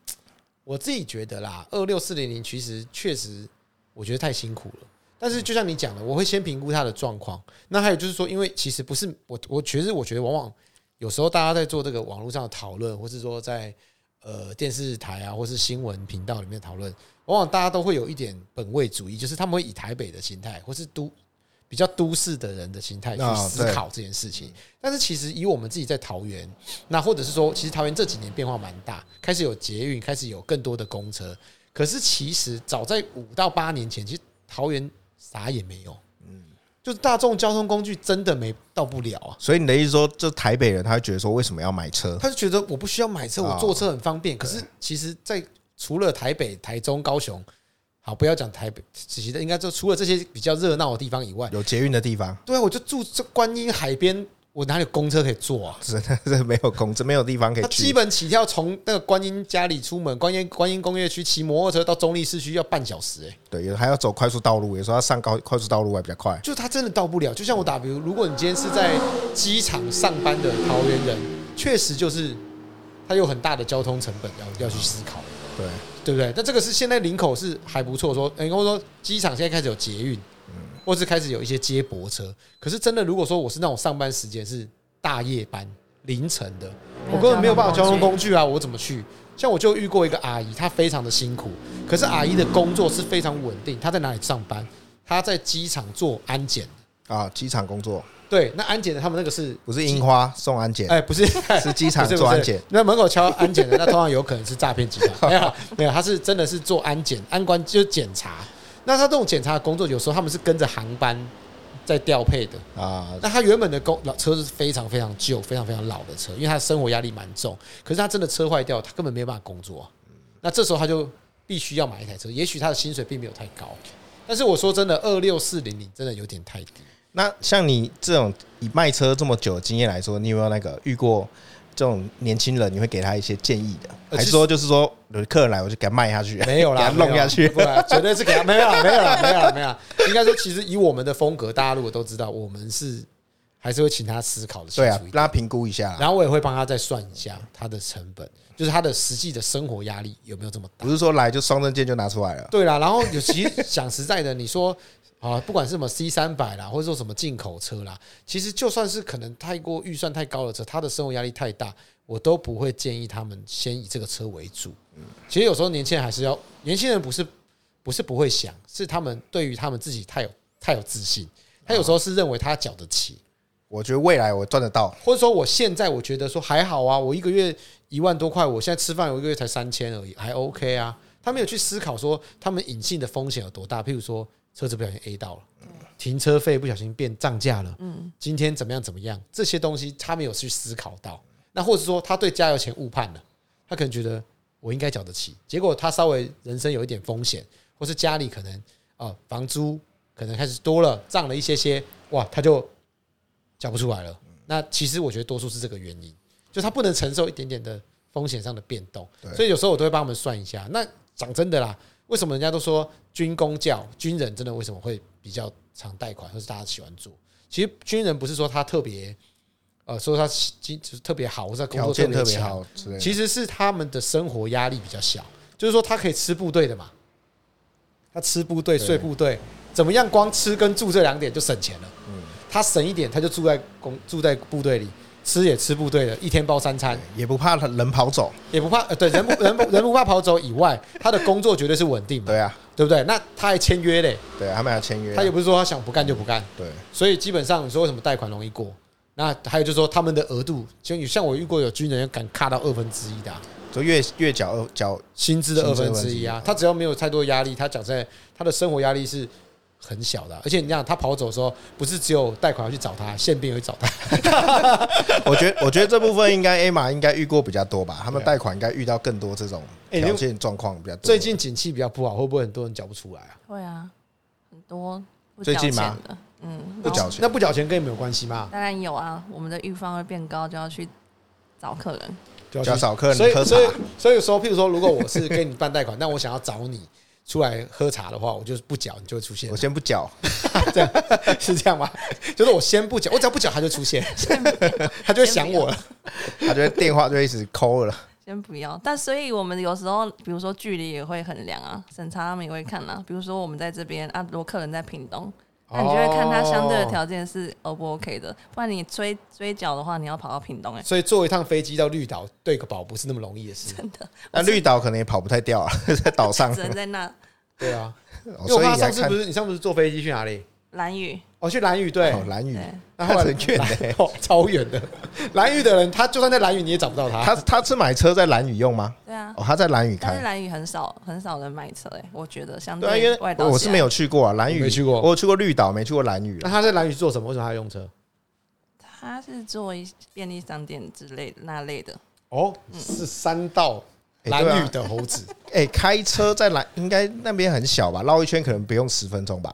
[SPEAKER 1] 我自己觉得啦，二六四零零其实确实我觉得太辛苦了。但是就像你讲的，我会先评估他的状况。那还有就是说，因为其实不是我，我其实我觉得往往有时候大家在做这个网络上的讨论，或是说在呃电视台啊，或是新闻频道里面讨论，往往大家都会有一点本位主义，就是他们会以台北的心态，或是都比较都市的人的心态去
[SPEAKER 2] 啊
[SPEAKER 1] 思
[SPEAKER 2] 对
[SPEAKER 1] 考这件事情。但是其实以我们自己在桃园，那或者是说，其实桃园这几年变化蛮大，开始有捷运，开始有更多的公车。可是其实早在五到八年前，其实桃园啥也没有，嗯，就是大众交通工具真的没到不了啊。
[SPEAKER 2] 所以你的意思说，就台北人他会觉得说，为什么要买车？
[SPEAKER 1] 他就觉得我不需要买车，
[SPEAKER 2] 哦
[SPEAKER 1] 我坐车很方便。可是其实，在除了台北、台中、高雄，好不要讲台北，其实应该就除了这些比较热闹的地方以外，
[SPEAKER 2] 有捷运的地方，
[SPEAKER 1] 对啊，我就住这观音海边，我哪里有公车可以坐啊？
[SPEAKER 2] 真的是没有工资，没有地方可以
[SPEAKER 1] 他基
[SPEAKER 2] 去。
[SPEAKER 1] 本起跳从那个观音家里出门，观音观音工业区骑摩托车到中立市区要半小时、欸，
[SPEAKER 2] 对，有还要走快速道路，有时候要上高快速道路还比较快。
[SPEAKER 1] 就他真的到不了。就像我打比如，如果你今天是在机场上班的桃园人，确实就是他有很大的交通成本要要去思考，
[SPEAKER 2] 对，
[SPEAKER 1] 对不对？但这个是现在林口是还不错，说，你跟我说机场现在开始有捷运，或是开始有一些接驳车。可是真的，如果说我是那种上班时间是大夜班凌晨的，
[SPEAKER 3] 没有
[SPEAKER 1] 我根本没有办法交
[SPEAKER 3] 交
[SPEAKER 1] 通
[SPEAKER 3] 通工具
[SPEAKER 1] 工具啊，我怎么去？像我就遇过一个阿姨，她非常的辛苦，可是阿姨的工作是非常稳定，她在哪里上班？她在机场做安检。
[SPEAKER 2] 啊，机场工作
[SPEAKER 1] 对，那安检的他们那个是
[SPEAKER 2] 不是樱花送安检，
[SPEAKER 1] 哎，不是，
[SPEAKER 2] 是机场
[SPEAKER 1] 不是
[SPEAKER 2] 做安。
[SPEAKER 1] 不
[SPEAKER 2] 检
[SPEAKER 1] 是。那门口敲安检的，那通常有可能是诈骗集 团。没有，没有，他是真的是做安检，安官就是检查。那他这种检查的工作，有时候他们是跟着航班在调配的。
[SPEAKER 2] 啊，
[SPEAKER 1] 那他原本的工老车是非常非常旧、非常非常老的车，因为他的生活压力蛮重。可是他真的车坏掉，他根本没有办法工作啊、
[SPEAKER 2] 嗯
[SPEAKER 1] 那这时候他就必须要买一台车，也许他的薪水并没有太高，但是我说真的，二六四零零真的有点太低。
[SPEAKER 2] 那像你这种以卖车这么久的经验来说，你有没有那个遇过这种年轻人？你会给他一些建议的，
[SPEAKER 1] 呃
[SPEAKER 2] 还
[SPEAKER 1] 其
[SPEAKER 2] 是
[SPEAKER 1] 实
[SPEAKER 2] 说就是说有客人来我就给他卖下去，
[SPEAKER 1] 没有啦，
[SPEAKER 2] 给他弄下去？
[SPEAKER 1] 没有啊啦不啦，绝对是给他没有啊啦，没有啦，没有啦，没有啦。应该说，其实以我们的风格，大家如果都知道，我们是还是会请他思考的清
[SPEAKER 2] 对啊
[SPEAKER 1] 楚一，点。
[SPEAKER 2] 让他评估一下啦，
[SPEAKER 1] 然后我也会帮他再算一下他的成本，就是他的实际的生活压力有没有这么大
[SPEAKER 2] 不。是说来就双刃剑就拿出来了。
[SPEAKER 1] 对啦，然后有其实讲实在的，你说 啊，不管是什么 C 三百啦，或者说什么进口车啦，其实就算是可能太过预算太高的车，他的生活压力太大，我都不会建议他们先以这个车为主。其实有时候年轻人还是要，年轻人不是不是不会想，是他们对于他们自己太有太有自信，他有时候是认为他缴得起，
[SPEAKER 2] 我觉得未来我赚得到，
[SPEAKER 1] 或者说我现在我觉得说还好啊，我一个月一万多块，我现在吃饭我一个月才三千而已，还 OK 啊。他没有去思考说他们隐性的风险有多大，譬如说车子不小心 A 到了，停车费不小心变涨价了，嗯，今天怎么样怎么样，这些东西他没有去思考到。那或者说他对加油钱误判了，他可能觉得我应该缴得起，结果他稍微人生有一点风险，或是家里可能啊、呃房租可能开始多了，涨了一些些，哇，他就缴不出来了。那其实我觉得多数是这个原因，就他不能承受一点点的风险上的变动，所以有时候我都会帮他们算一下。那讲真的啦，为什么人家都说军工教军人真的为什么会比较常贷款，或是大家喜欢做？其实军人不是说他特别，呃，说他经就是特别好，或者他工
[SPEAKER 2] 条
[SPEAKER 1] 作
[SPEAKER 2] 件
[SPEAKER 1] 别
[SPEAKER 2] 特别
[SPEAKER 1] 强
[SPEAKER 2] 好之类的。
[SPEAKER 1] 其实是他们的生活压力比较小，就是说他可以吃部队的嘛，他吃部队
[SPEAKER 2] 对
[SPEAKER 1] 睡部队，怎么样？光吃跟住这两点就省钱了。
[SPEAKER 2] 嗯
[SPEAKER 1] 他省一点，他就住在公住在部队里，吃也吃部队的，一天包三餐，
[SPEAKER 2] 也不怕人跑走，
[SPEAKER 1] 也不怕呃对人不 人不人不怕跑走以外，他的工作绝对是稳定嘛，
[SPEAKER 2] 对啊，
[SPEAKER 1] 对不对？那他还签约嘞，
[SPEAKER 2] 对啊，他们要签约啊，
[SPEAKER 1] 嗯他也不是说他想不干就不干，
[SPEAKER 2] 对，
[SPEAKER 1] 所以基本上你说为什么贷款容易过？那还有就是说他们的额度，就有像我遇过有军人敢卡到二分之一的啊、
[SPEAKER 2] 就月月缴二缴
[SPEAKER 1] 薪资的二
[SPEAKER 2] 薪资
[SPEAKER 1] 分
[SPEAKER 2] 的
[SPEAKER 1] 之一
[SPEAKER 2] 2分之一
[SPEAKER 1] 啊
[SPEAKER 2] 啊。
[SPEAKER 1] 他只要没有太多压力，他讲在他的生活压力是很小的啊、而且你想他跑走的时候，不是只有贷款要去找他，宪兵也会找他。
[SPEAKER 2] 我觉得我觉得这部分应该 A 玛应该遇过比较多吧，他们
[SPEAKER 1] 对啊
[SPEAKER 2] 贷款应该遇到更多这种
[SPEAKER 1] 哎你
[SPEAKER 2] 条件状况比较多。
[SPEAKER 1] 最近景气比较不好，会不会很多人缴不出来啊？
[SPEAKER 3] 会啊，很多不
[SPEAKER 2] 最
[SPEAKER 3] 缴
[SPEAKER 2] 近
[SPEAKER 3] 钱
[SPEAKER 2] 吗
[SPEAKER 3] 的，嗯，
[SPEAKER 2] 不
[SPEAKER 3] 然后
[SPEAKER 2] 缴钱
[SPEAKER 1] 那不缴钱跟你们有关系吗？
[SPEAKER 3] 当然有啊，我们的预防会变高，就要去找客人。
[SPEAKER 1] 就要去
[SPEAKER 2] 较少客
[SPEAKER 1] 所
[SPEAKER 2] 人
[SPEAKER 1] 以
[SPEAKER 2] 喝茶
[SPEAKER 1] 所，以所以说，譬如说，如果我是跟你办贷款，那我想要找你出来喝茶的话，我就是不缴，你就会出现
[SPEAKER 2] 我。先不缴，
[SPEAKER 1] 是 这样吗？就是我先不缴，我只要不缴，他就出 现，他就会想我了。
[SPEAKER 2] 他就会电话就一直抠 了。
[SPEAKER 3] 先不要，但所以我们有时候，比如说距离也会衡量啊，审查他们也会看啊。比如说我们在这边啊，如果客人在屏东，
[SPEAKER 2] 哦
[SPEAKER 3] 那你就会看他相对的条件是 O 不 OK 的，不然你追追缴的话，你要跑到屏东 哎、
[SPEAKER 1] 所以坐一趟飞机到绿岛对个宝不是那么容易的事，
[SPEAKER 2] 那绿岛可能也跑不太掉啊， 在岛 上，
[SPEAKER 3] 只能在那
[SPEAKER 1] 对啊。
[SPEAKER 2] 哦
[SPEAKER 1] 因为我
[SPEAKER 2] 所以
[SPEAKER 1] 怕
[SPEAKER 2] 你
[SPEAKER 1] 上
[SPEAKER 2] 来
[SPEAKER 1] 次
[SPEAKER 2] 看
[SPEAKER 1] 不是你上次不是坐飞机去哪里？
[SPEAKER 3] 蓝雨，
[SPEAKER 1] 哦，去兰屿对，
[SPEAKER 2] 哦蓝雨，
[SPEAKER 3] 对，
[SPEAKER 1] 那后来
[SPEAKER 2] 很 远欸
[SPEAKER 1] 兰哦超远的。兰屿的人，他就算在兰屿你也找不到他。
[SPEAKER 2] 他他是买车在蓝雨用吗？
[SPEAKER 3] 对啊。
[SPEAKER 2] 哦，他在蓝雨
[SPEAKER 3] 但是
[SPEAKER 2] 开。
[SPEAKER 3] 蓝雨很少很少人买车哎、我觉得相
[SPEAKER 2] 对啊，因
[SPEAKER 3] 对外
[SPEAKER 2] 为
[SPEAKER 3] 岛
[SPEAKER 2] 我是没
[SPEAKER 3] 有，
[SPEAKER 2] 有去过啊，蓝屿
[SPEAKER 1] 我没去过
[SPEAKER 2] 我有去过绿岛，没去过蓝屿
[SPEAKER 1] 那
[SPEAKER 2] 啊。
[SPEAKER 1] 他在兰屿做什么？为什么他要用车？
[SPEAKER 3] 他是做一便利商店之类的那类的，
[SPEAKER 1] 哦，是山道
[SPEAKER 2] 哎对啊
[SPEAKER 1] 蓝屿的猴子。
[SPEAKER 2] 哎，开车在蓝应该那边很小吧，绕一圈可能不用十分钟吧。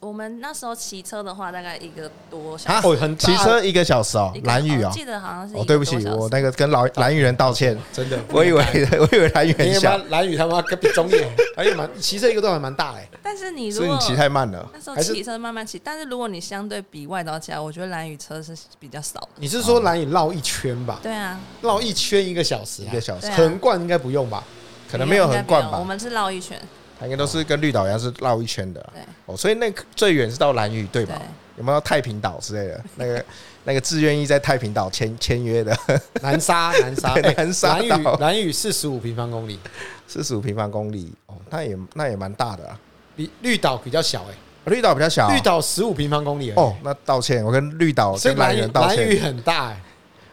[SPEAKER 3] 我们那时候骑车的话，大概一个多 小
[SPEAKER 2] 啊
[SPEAKER 3] 时。
[SPEAKER 1] 哦，很大
[SPEAKER 2] 骑车一个小时哦
[SPEAKER 3] 一，个
[SPEAKER 2] 蓝屿
[SPEAKER 3] 我
[SPEAKER 2] 哦。
[SPEAKER 3] 记得好像是一
[SPEAKER 2] 哦，
[SPEAKER 3] 个
[SPEAKER 2] 对不起
[SPEAKER 3] 多，小时
[SPEAKER 2] 我那个跟蓝蓝屿人道 歉，
[SPEAKER 1] 真的，
[SPEAKER 2] 我以为 我以为蓝屿
[SPEAKER 1] 你
[SPEAKER 2] 很
[SPEAKER 1] 他妈
[SPEAKER 2] 小，
[SPEAKER 1] 蓝屿他妈跟比中野，而且蛮骑车一个都还蛮大哎。
[SPEAKER 3] 但是你如
[SPEAKER 2] 所以
[SPEAKER 3] 果
[SPEAKER 2] 你骑太慢了。
[SPEAKER 3] 那时候
[SPEAKER 1] 还是
[SPEAKER 3] 骑车慢慢骑，但是如果你相对比外岛起来，我觉得蓝雨车是比较少的。
[SPEAKER 1] 你是
[SPEAKER 2] 哦
[SPEAKER 1] 说蓝屿绕一圈吧？
[SPEAKER 3] 对啊，
[SPEAKER 1] 绕一圈一个小时啊，
[SPEAKER 2] 一个小时
[SPEAKER 3] 对啊
[SPEAKER 1] 横贯应该不用吧？
[SPEAKER 2] 可能没有横贯
[SPEAKER 3] 应该没有
[SPEAKER 2] 吧，
[SPEAKER 3] 我们是绕一圈，
[SPEAKER 2] 它应该都是跟绿岛一样是绕一圈的啊。
[SPEAKER 3] 对
[SPEAKER 2] 哦，所以那个最远是到蓝屿对吧
[SPEAKER 3] 对？
[SPEAKER 2] 有没有太平岛之类的？那个那个自愿意在太平岛签签约的，
[SPEAKER 1] 南沙，南沙，
[SPEAKER 2] 对
[SPEAKER 1] 哎
[SPEAKER 2] 南沙
[SPEAKER 1] 蓝屿
[SPEAKER 2] 岛，
[SPEAKER 1] 蓝屿四十五平方公里，
[SPEAKER 2] 四十五平方公里，哦，那也那也蛮大的啊。
[SPEAKER 1] 比绿岛比较小哎，
[SPEAKER 2] 哦绿岛比较小啊，
[SPEAKER 1] 绿岛十五平方公里而已
[SPEAKER 2] 哦，，那道歉，我跟绿岛
[SPEAKER 1] 所以
[SPEAKER 2] 跟蓝
[SPEAKER 1] 哦蓝屿
[SPEAKER 2] 人道
[SPEAKER 1] 蓝屿
[SPEAKER 2] 歉，
[SPEAKER 1] 很大哎，
[SPEAKER 2] 欸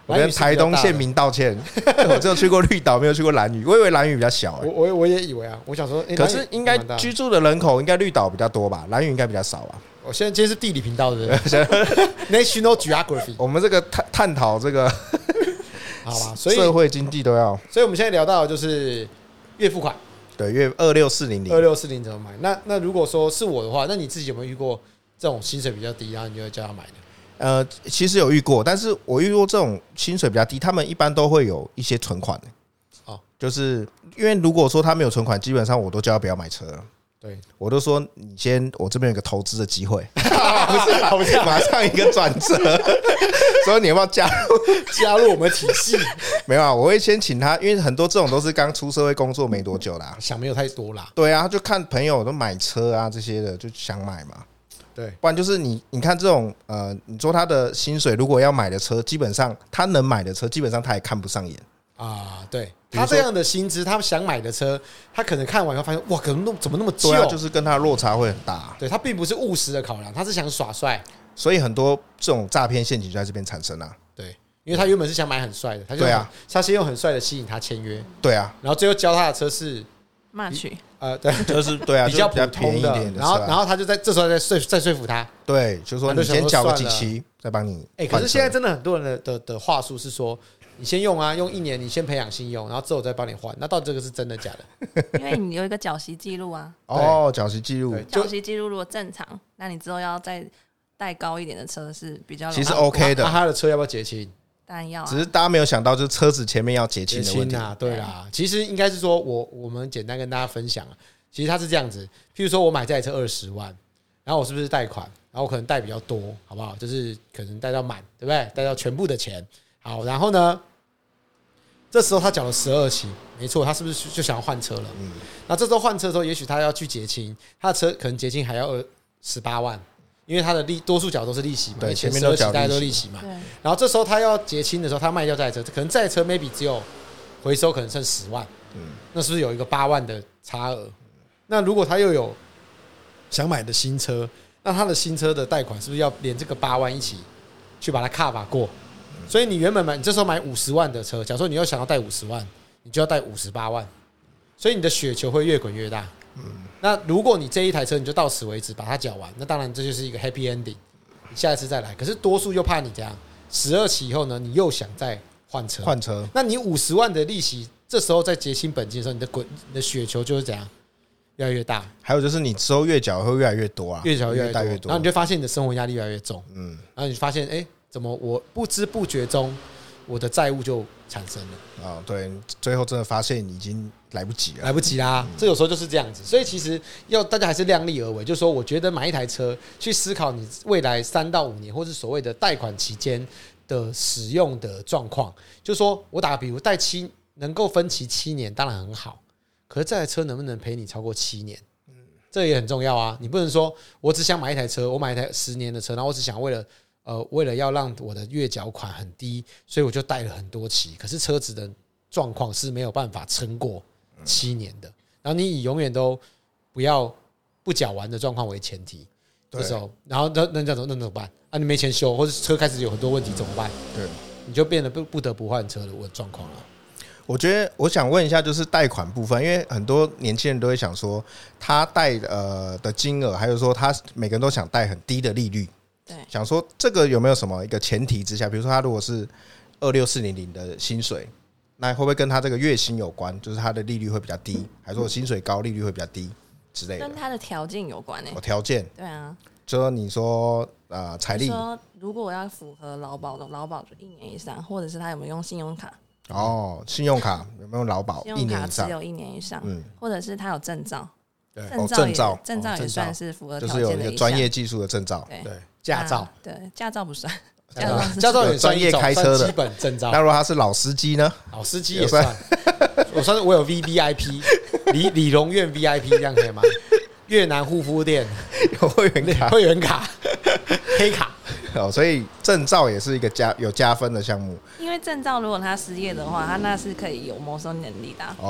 [SPEAKER 2] 我跟台东县
[SPEAKER 1] 县民。
[SPEAKER 2] 民道歉， 我只有去过绿岛，没有去过蓝屿，我以为蓝屿比较小、
[SPEAKER 1] 我
[SPEAKER 2] 欸。
[SPEAKER 1] 我我也以为啊，我想说，诶
[SPEAKER 2] 可是应该，
[SPEAKER 1] 蓝屿蛮大
[SPEAKER 2] 居住的人口应该绿岛比较多吧，蓝屿应该比较少吧。
[SPEAKER 1] 我现在今天是地理频道的 National Geography，
[SPEAKER 2] 我们这个探探讨这个
[SPEAKER 1] 好吧，所以
[SPEAKER 2] 社会经济都要
[SPEAKER 1] 所以我们现在聊到的就是月付款
[SPEAKER 2] 对月二六四零
[SPEAKER 1] 二
[SPEAKER 2] 零，
[SPEAKER 1] 六四零怎么买？那那如果说是我的话，那你自己有没有遇过这种薪水比较低，然后你就会叫他买的？
[SPEAKER 2] 呃，其实有遇过，但是我遇过这种薪水比较低，他们一般都会有一些存款的、
[SPEAKER 1] 哦
[SPEAKER 2] 就是因为如果说他没有存款，基本上我都叫他不要买车了。
[SPEAKER 1] 对，
[SPEAKER 2] 我都说你先，我这边有个投资的机会，
[SPEAKER 1] 不是好像
[SPEAKER 2] 马上一个转折， 所以你要不要加入？
[SPEAKER 1] 加入我们体系，
[SPEAKER 2] 没有啊，我会先请他，因为很多这种都是刚出社会工作没多久啦、
[SPEAKER 1] 想没有太多啦。
[SPEAKER 2] 对啊，就看朋友都买车啊这些的，就想买嘛。
[SPEAKER 1] 对，
[SPEAKER 2] 不然就是你，你看这种呃，你说他的薪水如果要买的车，基本上他能买的车，基本上他也看不上眼。
[SPEAKER 1] 啊，对
[SPEAKER 2] 比如
[SPEAKER 1] 他
[SPEAKER 2] 说
[SPEAKER 1] 这样的薪资，他想买的车，他可能看完以后发现，哇，可能那怎么那么旧？
[SPEAKER 2] 对啊，就是跟他落差会很大、
[SPEAKER 1] 对他并不是务实的考量，他是想耍帅。
[SPEAKER 2] 所以很多这种诈骗陷阱就在这边产生啊。
[SPEAKER 1] 对，因为他原本是想买很帅的，他就
[SPEAKER 2] 对啊，
[SPEAKER 1] 他先用很帅的吸引他签约，
[SPEAKER 2] 对啊，
[SPEAKER 1] 然后最后教他的车是
[SPEAKER 3] 骂去
[SPEAKER 1] 呃，对，
[SPEAKER 2] 就是对啊，
[SPEAKER 1] 比较普
[SPEAKER 2] 就比较便宜
[SPEAKER 1] 通
[SPEAKER 2] 一点的
[SPEAKER 1] 然后
[SPEAKER 2] 车啊
[SPEAKER 1] 然后他就在这时候再说再说服他。
[SPEAKER 2] 对，就说
[SPEAKER 1] 他就
[SPEAKER 2] 你
[SPEAKER 1] 想
[SPEAKER 2] 先
[SPEAKER 1] 说
[SPEAKER 2] 缴个
[SPEAKER 1] 算
[SPEAKER 2] 几
[SPEAKER 1] 了
[SPEAKER 2] 期，再帮你
[SPEAKER 1] 哎、
[SPEAKER 2] 换车。
[SPEAKER 1] 可是现在真的很多人的的的话术是说，你先用啊，用一年，你先培养信用，然后之后我再帮你换。那到底这个是真的假的？
[SPEAKER 2] 嗯
[SPEAKER 3] 因为你有一个缴息记 录啊，
[SPEAKER 2] 哦，缴息记录
[SPEAKER 1] 对
[SPEAKER 3] 缴息记录如果正常，那你之后要再带高一点的车是比较容易
[SPEAKER 2] 其实 OK
[SPEAKER 1] 那
[SPEAKER 2] 的，
[SPEAKER 1] 啊他的车要不要结清？
[SPEAKER 3] 当然要啊
[SPEAKER 2] 只，是大家没有想到，就是车子前面要结
[SPEAKER 1] 结
[SPEAKER 2] 清的问
[SPEAKER 1] 清
[SPEAKER 2] 题。
[SPEAKER 1] 啊，对啦，其实应该是说我我们简单跟大家分享啊，其实它是这样子，譬如说我买这台车二十万，然后我是不是贷款，然后我可能贷比较多，好不好？就是可能贷到满，对不对？贷到全部的钱，好，然后呢，这时候他缴了十二期，没错，他是不是就想要换车了？嗯，那这时候换车的时候，也许他要去结清，他的车可能结清还要二十八万。因为他的利多数缴都是利息嘛，因
[SPEAKER 2] 对
[SPEAKER 1] 为前
[SPEAKER 2] 前面
[SPEAKER 1] 面
[SPEAKER 2] 都
[SPEAKER 1] 都
[SPEAKER 2] 缴
[SPEAKER 1] 大家
[SPEAKER 2] 利
[SPEAKER 1] 都
[SPEAKER 2] 息
[SPEAKER 1] 利息嘛，
[SPEAKER 3] 对，
[SPEAKER 1] 然后这时候他要结清的时候，他卖掉这台车，可能这台车 maybe 只有回收可能剩十万，那是不是有一个八万的差额？那如果他又有想买的新车，那他的新车的贷款是不是要连这个八万一起去把它 cover 过？所以你原本买，你这时候买五十万的车，假如说你又想要贷五十万，你就要贷五十八万，所以你的雪球会越滚越大。那如果你这一台车你就到此为止，把它缴完，那当然这就是一个 happy ending，你下一次再来。可是多数又怕你这样，十二期以后呢，你又想再换车，
[SPEAKER 2] 换车
[SPEAKER 1] 那你五十万的利息，这时候在结清本金的时候，你的滚你的雪球就是怎样越来越大，
[SPEAKER 2] 还有就是你之后月缴会越来越多啊，
[SPEAKER 1] 越缴
[SPEAKER 2] 越
[SPEAKER 1] 越
[SPEAKER 2] 大
[SPEAKER 1] 来越
[SPEAKER 2] 越
[SPEAKER 1] 多，然后
[SPEAKER 2] 多
[SPEAKER 1] 你。就发现你的生活压力越来越重，
[SPEAKER 2] 嗯，
[SPEAKER 1] 然后你就发现哎、诶怎么我不知不觉中我的债务就产生了，
[SPEAKER 2] 啊、对，最后真的发现已经来不及了。
[SPEAKER 1] 来不及啦。这有时候就是这样子，所以其实要大家还是量力而为，就是说我觉得买一台车，去思考你未来三到五年，或是所谓的贷款期间的使用的状况。就说我打个比如，贷七能够分期七年，当然很好，可是这台车能不能陪你超过七年？这也很重要啊！你不能说我只想买一台车，我买一台十年的车，然后我只想为了呃为了要让我的月缴款很低，所以我就贷了很多期。可是车子的状况是没有办法撑过七年的，然后你以永远都不要不缴完的状况为前提。
[SPEAKER 2] 对
[SPEAKER 1] 这时候，然后那那这样怎么那怎么办啊？你没钱修，或者车开始有很多问题怎么办？
[SPEAKER 2] 对，
[SPEAKER 1] 你就变得不不得不换车的我状况了。
[SPEAKER 2] 我觉得我想问一下，就是贷款部分，因为很多年轻人都会想说，他贷呃的金额，还有说他每个人都想贷很低的利率，
[SPEAKER 3] 对
[SPEAKER 2] 想说这个有没有什么一个前提之下，比如说他如果是二六四零零的薪水，那会不会跟他这个月薪有关？就是他的利率会比较低，还是说我薪水高利率会比较低之类的
[SPEAKER 3] 跟？他的条件有关诶、欸
[SPEAKER 2] 我条件，
[SPEAKER 3] 对啊，
[SPEAKER 2] 就说你说呃财
[SPEAKER 3] 就
[SPEAKER 2] 力
[SPEAKER 3] 说如果我要符合劳保的劳保就一年以上，或者是他有没有用信用卡，
[SPEAKER 2] 哦，信用卡有没有劳保
[SPEAKER 1] 哦
[SPEAKER 3] 信
[SPEAKER 2] 一
[SPEAKER 3] 用
[SPEAKER 2] 年
[SPEAKER 3] 卡
[SPEAKER 2] 以
[SPEAKER 3] 持
[SPEAKER 2] 上？
[SPEAKER 3] 有一年以上，
[SPEAKER 2] 嗯
[SPEAKER 3] 或者是他有证照，
[SPEAKER 1] 对
[SPEAKER 2] 哦
[SPEAKER 3] 照也、
[SPEAKER 2] 证照
[SPEAKER 3] 证
[SPEAKER 2] 哦
[SPEAKER 3] 照也
[SPEAKER 2] 证照
[SPEAKER 3] 算是符合
[SPEAKER 2] 就
[SPEAKER 3] 条
[SPEAKER 2] 是
[SPEAKER 3] 件
[SPEAKER 2] 有
[SPEAKER 3] 的
[SPEAKER 2] 一个
[SPEAKER 3] 项
[SPEAKER 2] 专业技术的证照。
[SPEAKER 3] 对
[SPEAKER 1] 对，驾照
[SPEAKER 3] 啊，对驾 照不算，
[SPEAKER 1] 驾
[SPEAKER 3] 驾
[SPEAKER 1] 照
[SPEAKER 3] 照
[SPEAKER 1] 驾照也算一种
[SPEAKER 2] 专业开车的
[SPEAKER 1] 算基本证照
[SPEAKER 2] 那，如果他是老司机呢？
[SPEAKER 1] 老司机也算。我算是我有 V V I P，李李荣院 V I P 这样可以吗？越南护肤店
[SPEAKER 2] 有会员卡
[SPEAKER 1] 会员卡、黑卡，
[SPEAKER 2] 哦，所以证照也是一个加有加分的项目
[SPEAKER 3] 因为证照如果他失业的话，他那是可以有谋生能力的啊、
[SPEAKER 1] 谋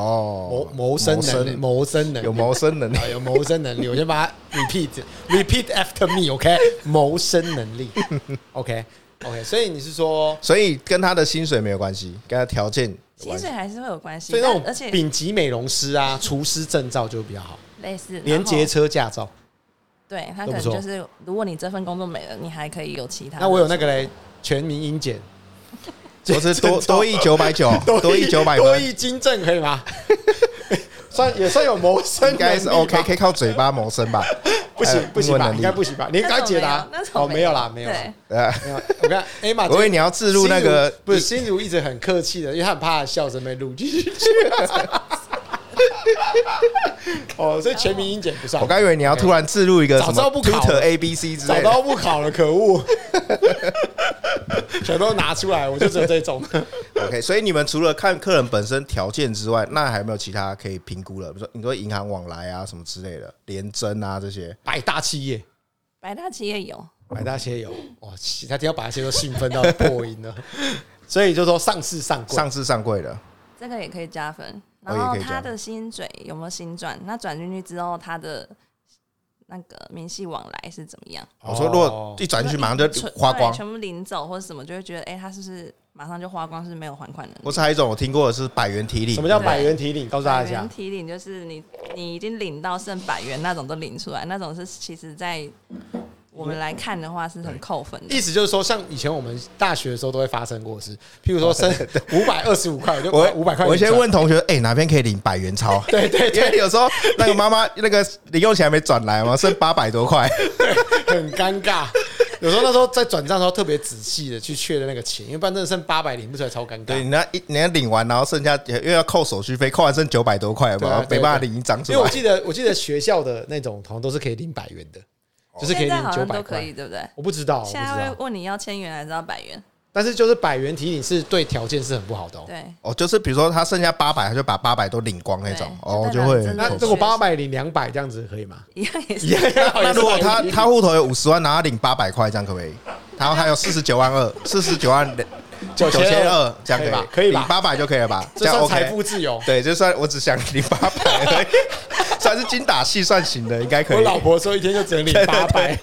[SPEAKER 2] 哦。
[SPEAKER 1] 谋生能力，谋生能力
[SPEAKER 2] 有谋 生能力
[SPEAKER 1] 啊，有谋生能力。我先把它 repeat repeat after me，OK？、谋生能力，OK OK。所以你是说，
[SPEAKER 2] 所以跟他的薪水没有关系，跟他条件有
[SPEAKER 3] 薪
[SPEAKER 2] 关系
[SPEAKER 3] 水还是会有关系，
[SPEAKER 1] 所以那
[SPEAKER 3] 但
[SPEAKER 1] 种
[SPEAKER 3] 而且
[SPEAKER 1] 丙级美容师啊、厨师证照就比较好，
[SPEAKER 3] 类似然
[SPEAKER 1] 连
[SPEAKER 3] 后
[SPEAKER 1] 接车驾照。
[SPEAKER 3] 对他
[SPEAKER 1] 都
[SPEAKER 3] 可
[SPEAKER 1] 不
[SPEAKER 3] 能
[SPEAKER 1] 错
[SPEAKER 3] 就是，如果你这份工作没了，你还可以有其他的。
[SPEAKER 1] 那我有那个嘞，全民英检，
[SPEAKER 2] 我是 多多一九百九，多一九百
[SPEAKER 1] 多
[SPEAKER 2] 分，
[SPEAKER 1] 益金正可以吗？ 算也算有谋生，
[SPEAKER 2] 应该是 OK，。可以靠嘴巴谋生 吧？
[SPEAKER 1] 不行不行
[SPEAKER 2] 还
[SPEAKER 1] 吧？
[SPEAKER 2] 有英文能力
[SPEAKER 1] 应该不行吧？你
[SPEAKER 3] 那
[SPEAKER 1] 刚刚
[SPEAKER 3] 种
[SPEAKER 1] 解答
[SPEAKER 3] 没有那
[SPEAKER 1] 哦，
[SPEAKER 3] 种
[SPEAKER 1] 没有啦，没有啦。
[SPEAKER 3] 对，
[SPEAKER 2] 呃，
[SPEAKER 1] 没有哎我看 A 马，
[SPEAKER 2] 我以为你要置入那个
[SPEAKER 1] 心如啊不是心如一直很客气的，因为他很怕笑声被录进去。 哦，所以全民英检不算，
[SPEAKER 2] 我刚以为你要突然置入一个
[SPEAKER 1] 早
[SPEAKER 2] 什
[SPEAKER 1] 知道
[SPEAKER 2] 么
[SPEAKER 1] 不考
[SPEAKER 2] Tutor
[SPEAKER 1] 了
[SPEAKER 2] A B C 之
[SPEAKER 1] 早
[SPEAKER 2] 类
[SPEAKER 1] 到
[SPEAKER 2] 的，
[SPEAKER 1] 不考了，可恶！全都拿出来，我就只有这种。
[SPEAKER 2] OK，所以你们除了看客人本身条件之外，那还有没有其他可以评估了？比如说，你说银行往来啊，什么之类的，联征啊这些，
[SPEAKER 1] 百大企业，
[SPEAKER 3] 百大企业有，
[SPEAKER 1] 百大企业有哇，其他听到百大企业都兴奋到破音 了。所以就说上市上柜，
[SPEAKER 2] 上市上柜的，
[SPEAKER 3] 这个也可以加分。
[SPEAKER 2] 哦
[SPEAKER 3] 然后
[SPEAKER 2] 也可以加分
[SPEAKER 3] 他的薪水有没有新转？那转进去之后，他的那个明细往来是怎么样？
[SPEAKER 2] 我说如
[SPEAKER 1] 哦
[SPEAKER 2] 果一转进去马上
[SPEAKER 1] 呃
[SPEAKER 2] 就
[SPEAKER 3] 全
[SPEAKER 2] 花光
[SPEAKER 3] 对，全部领走或者什么，就会觉得哎、他是不是马上就花光，是没有还款的？
[SPEAKER 2] 或是还有一种我听过的是百元提领，
[SPEAKER 1] 什么叫百元提领？告诉大
[SPEAKER 3] 百
[SPEAKER 1] 家
[SPEAKER 3] 元，提领就是你你已经领到剩百元那种都领出来，那种是其实在我们来看的话是很扣分的。
[SPEAKER 1] 意思就是说，像以前我们大学的时候都会发生过的事，譬如说升五百二十五块，我就
[SPEAKER 2] 我
[SPEAKER 1] 五百块，
[SPEAKER 2] 我先问同学，哎、哪边可以领百元钞？
[SPEAKER 1] 对对
[SPEAKER 2] 因
[SPEAKER 1] 对，
[SPEAKER 2] 为有时候那个妈妈那个零用钱还没转来嘛，剩八百多块，
[SPEAKER 1] 很尴尬。有时候那时候在转账的时候特别仔细的去确认那个钱，因为不然真的剩八百领不出来，超尴
[SPEAKER 2] 对，
[SPEAKER 1] 尬。
[SPEAKER 2] 你那一你要领完，然后剩下又要扣手续费，扣完剩九百多块，有没
[SPEAKER 1] 对
[SPEAKER 2] 有
[SPEAKER 1] 啊对
[SPEAKER 2] 没办法
[SPEAKER 1] 对
[SPEAKER 2] 领一张出
[SPEAKER 1] 因为我
[SPEAKER 2] 来。
[SPEAKER 1] 记得我记得学校的那种好像都是可以领百元的，
[SPEAKER 2] 哦
[SPEAKER 1] 就是可以
[SPEAKER 3] 现在
[SPEAKER 1] 领
[SPEAKER 3] 好
[SPEAKER 1] 九
[SPEAKER 3] 像
[SPEAKER 1] 百
[SPEAKER 3] 都可
[SPEAKER 1] 块。
[SPEAKER 3] 以，对不对？
[SPEAKER 1] 我不知道，我不知
[SPEAKER 3] 现在
[SPEAKER 1] 道
[SPEAKER 3] 会。问你要千元还是要百元？
[SPEAKER 1] 但是就是百元提领是对条件是很不好的哦。
[SPEAKER 3] 对，
[SPEAKER 2] 哦，就是比如说他剩下八百，他就把八百都领光那种
[SPEAKER 3] 对，
[SPEAKER 2] 哦，
[SPEAKER 3] 就
[SPEAKER 2] 就
[SPEAKER 3] 代表
[SPEAKER 2] 会
[SPEAKER 3] 真的
[SPEAKER 1] 那
[SPEAKER 3] 很
[SPEAKER 1] 如果八百领两百这样子可以吗？
[SPEAKER 3] 一样也是。
[SPEAKER 2] 那
[SPEAKER 1] 哦那
[SPEAKER 2] 如果他他户头有五十万，然后他领八百块，这样可不可以？然后还有四十九万二，四十九万九千二，这样可以吧？
[SPEAKER 1] 可以吧
[SPEAKER 2] 领八百就可以了吧？
[SPEAKER 1] 这
[SPEAKER 2] 样
[SPEAKER 1] 算
[SPEAKER 2] OK
[SPEAKER 1] 财富自由。
[SPEAKER 2] 对，就算我只想领八百，算是精打细算型的，应该可
[SPEAKER 1] 我
[SPEAKER 2] 以。
[SPEAKER 1] 老婆说一天就只能领八百，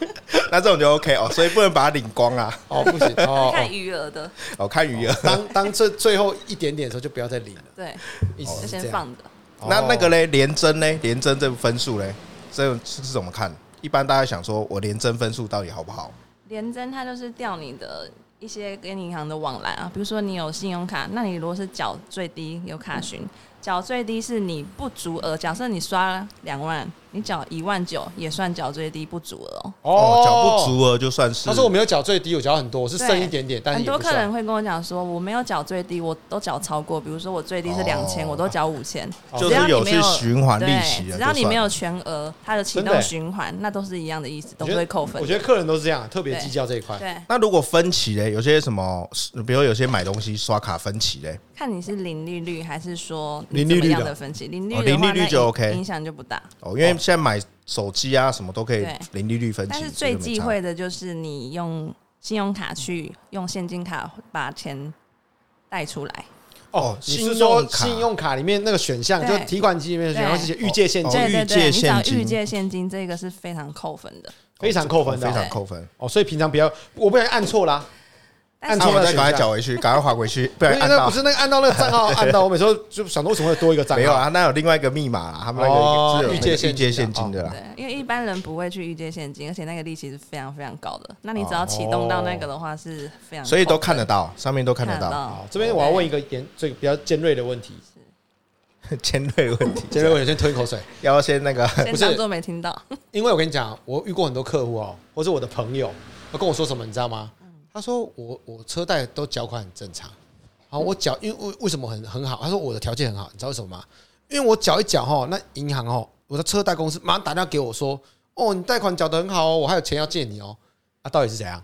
[SPEAKER 2] 那这种就 OK 哦，所以不能把它领光啊。
[SPEAKER 1] 哦 不行哦。
[SPEAKER 3] 看余额的，
[SPEAKER 2] 哦，看余额，
[SPEAKER 1] 当当最最后一点点的时候，就不要再领了，
[SPEAKER 3] 对，
[SPEAKER 1] 一直
[SPEAKER 3] 就
[SPEAKER 1] 哦
[SPEAKER 3] 是
[SPEAKER 1] 这
[SPEAKER 3] 先
[SPEAKER 1] 样。
[SPEAKER 3] 放着。
[SPEAKER 2] 那那个嘞，连征嘞，连征这个分数嘞，这是是怎么看？一般大家想说，我连征分数到底好不好？
[SPEAKER 3] 连征它就是调你的一些跟银行的往来啊，比如说你有信用卡，那你如果是缴最低有卡询，缴最低是你不足额，假设你刷两万，你缴一万九也算缴最低不足额哦。
[SPEAKER 2] 哦，缴不足额就算是。
[SPEAKER 1] 哦他说我没有缴最低，我缴很多，我是剩
[SPEAKER 3] 对
[SPEAKER 1] 一点点，但是
[SPEAKER 3] 很
[SPEAKER 1] 也
[SPEAKER 3] 多
[SPEAKER 1] 不
[SPEAKER 3] 客
[SPEAKER 1] 算
[SPEAKER 3] 人会跟我讲说，我没有缴最低，我都缴超过，比如说我最低是两千、
[SPEAKER 2] 哦
[SPEAKER 3] 我都缴五千，
[SPEAKER 2] 就
[SPEAKER 3] 哦只要
[SPEAKER 2] 是
[SPEAKER 3] 你
[SPEAKER 2] 有
[SPEAKER 3] 没
[SPEAKER 2] 去
[SPEAKER 3] 有
[SPEAKER 2] 循环利息
[SPEAKER 3] 对，
[SPEAKER 2] 啊，
[SPEAKER 3] 只要你
[SPEAKER 2] 就算
[SPEAKER 3] 没有全额，它的启
[SPEAKER 1] 真的
[SPEAKER 3] 动
[SPEAKER 1] 欸
[SPEAKER 3] 循环，那都是一样的意思，
[SPEAKER 1] 我
[SPEAKER 3] 都
[SPEAKER 1] 觉得
[SPEAKER 3] 不会扣分
[SPEAKER 1] 我。觉得客人都是这样，特别计较这一块。
[SPEAKER 3] 对，
[SPEAKER 2] 那如果分期嘞，有些什么，比如有些买东西刷卡分期嘞，
[SPEAKER 3] 看你是零利率还是说
[SPEAKER 1] 零利率的
[SPEAKER 3] 你怎么样的分歧，零利率的
[SPEAKER 2] 哦零
[SPEAKER 3] 话
[SPEAKER 2] 利率就
[SPEAKER 3] 那影
[SPEAKER 2] OK
[SPEAKER 3] 影响就不大。
[SPEAKER 2] 哦，因为现在买手机啊什么都可以
[SPEAKER 3] 对
[SPEAKER 2] 零利率分期，
[SPEAKER 3] 但是
[SPEAKER 2] 所以
[SPEAKER 3] 最
[SPEAKER 2] 就没
[SPEAKER 3] 忌
[SPEAKER 2] 差
[SPEAKER 3] 讳的就是你用信用卡去用现金卡把钱贷出来，
[SPEAKER 1] 哦
[SPEAKER 2] 哦，
[SPEAKER 1] 你是
[SPEAKER 2] 信
[SPEAKER 1] 说
[SPEAKER 2] 用卡
[SPEAKER 1] 信用卡里面那个选项，就
[SPEAKER 3] 对
[SPEAKER 1] 提款机里面的选项
[SPEAKER 3] 对
[SPEAKER 1] 是写预借现
[SPEAKER 2] 哦
[SPEAKER 1] 金
[SPEAKER 3] 对，对
[SPEAKER 2] 预借
[SPEAKER 3] 对，你找
[SPEAKER 2] 现金
[SPEAKER 3] 预借现金这个是非常扣分的。
[SPEAKER 1] 非常扣分的
[SPEAKER 2] 非
[SPEAKER 1] 哦
[SPEAKER 2] 常扣分。
[SPEAKER 1] 哦，所以平常不要，我不小心按错啦，
[SPEAKER 3] 但
[SPEAKER 1] 按
[SPEAKER 2] 那
[SPEAKER 3] 是
[SPEAKER 1] 错
[SPEAKER 2] 我
[SPEAKER 1] 了
[SPEAKER 2] 再赶快缴回去，赶快划 回去，不
[SPEAKER 1] 因
[SPEAKER 2] 然啊
[SPEAKER 1] 为
[SPEAKER 2] 按
[SPEAKER 1] 那
[SPEAKER 2] 到
[SPEAKER 1] 不是那个按到那个账 号按到，我每次都就想说为什么会多一个账
[SPEAKER 2] 没有
[SPEAKER 1] 号？
[SPEAKER 2] 啊？那有另外一个密码啦，他们那
[SPEAKER 1] 哦
[SPEAKER 2] 个是有那个
[SPEAKER 1] 预借现金
[SPEAKER 2] 预借现金的啦。
[SPEAKER 3] 哦对，因为一般人不会去预借现金，而且那个利息是非常非常高的。那你只要启动到那个的话是非常扣分，
[SPEAKER 2] 哦所以都看得到，上面都看
[SPEAKER 3] 哦看
[SPEAKER 2] 得到，哦
[SPEAKER 1] 好，这边我要问一个严这个比较尖锐的问题，
[SPEAKER 2] 尖锐问 题，
[SPEAKER 1] 尖锐问题先吞一口水，
[SPEAKER 2] 要先那个
[SPEAKER 3] 先
[SPEAKER 1] 不是
[SPEAKER 3] 当做没听到。
[SPEAKER 1] 因为我跟你讲，我遇过很多客户哦，或是我的朋友，他跟我说什么，你知道吗？他说我我车贷都缴款很正常，好，我缴因为为为什么很很好？他说我的条件很好，你知道为什么吗？因为我缴一缴哈，那银行哦，我的车贷公司马上打电话给我说，哦，你贷款缴得很好哦，我还有钱要借你哦，啊，到底是怎样？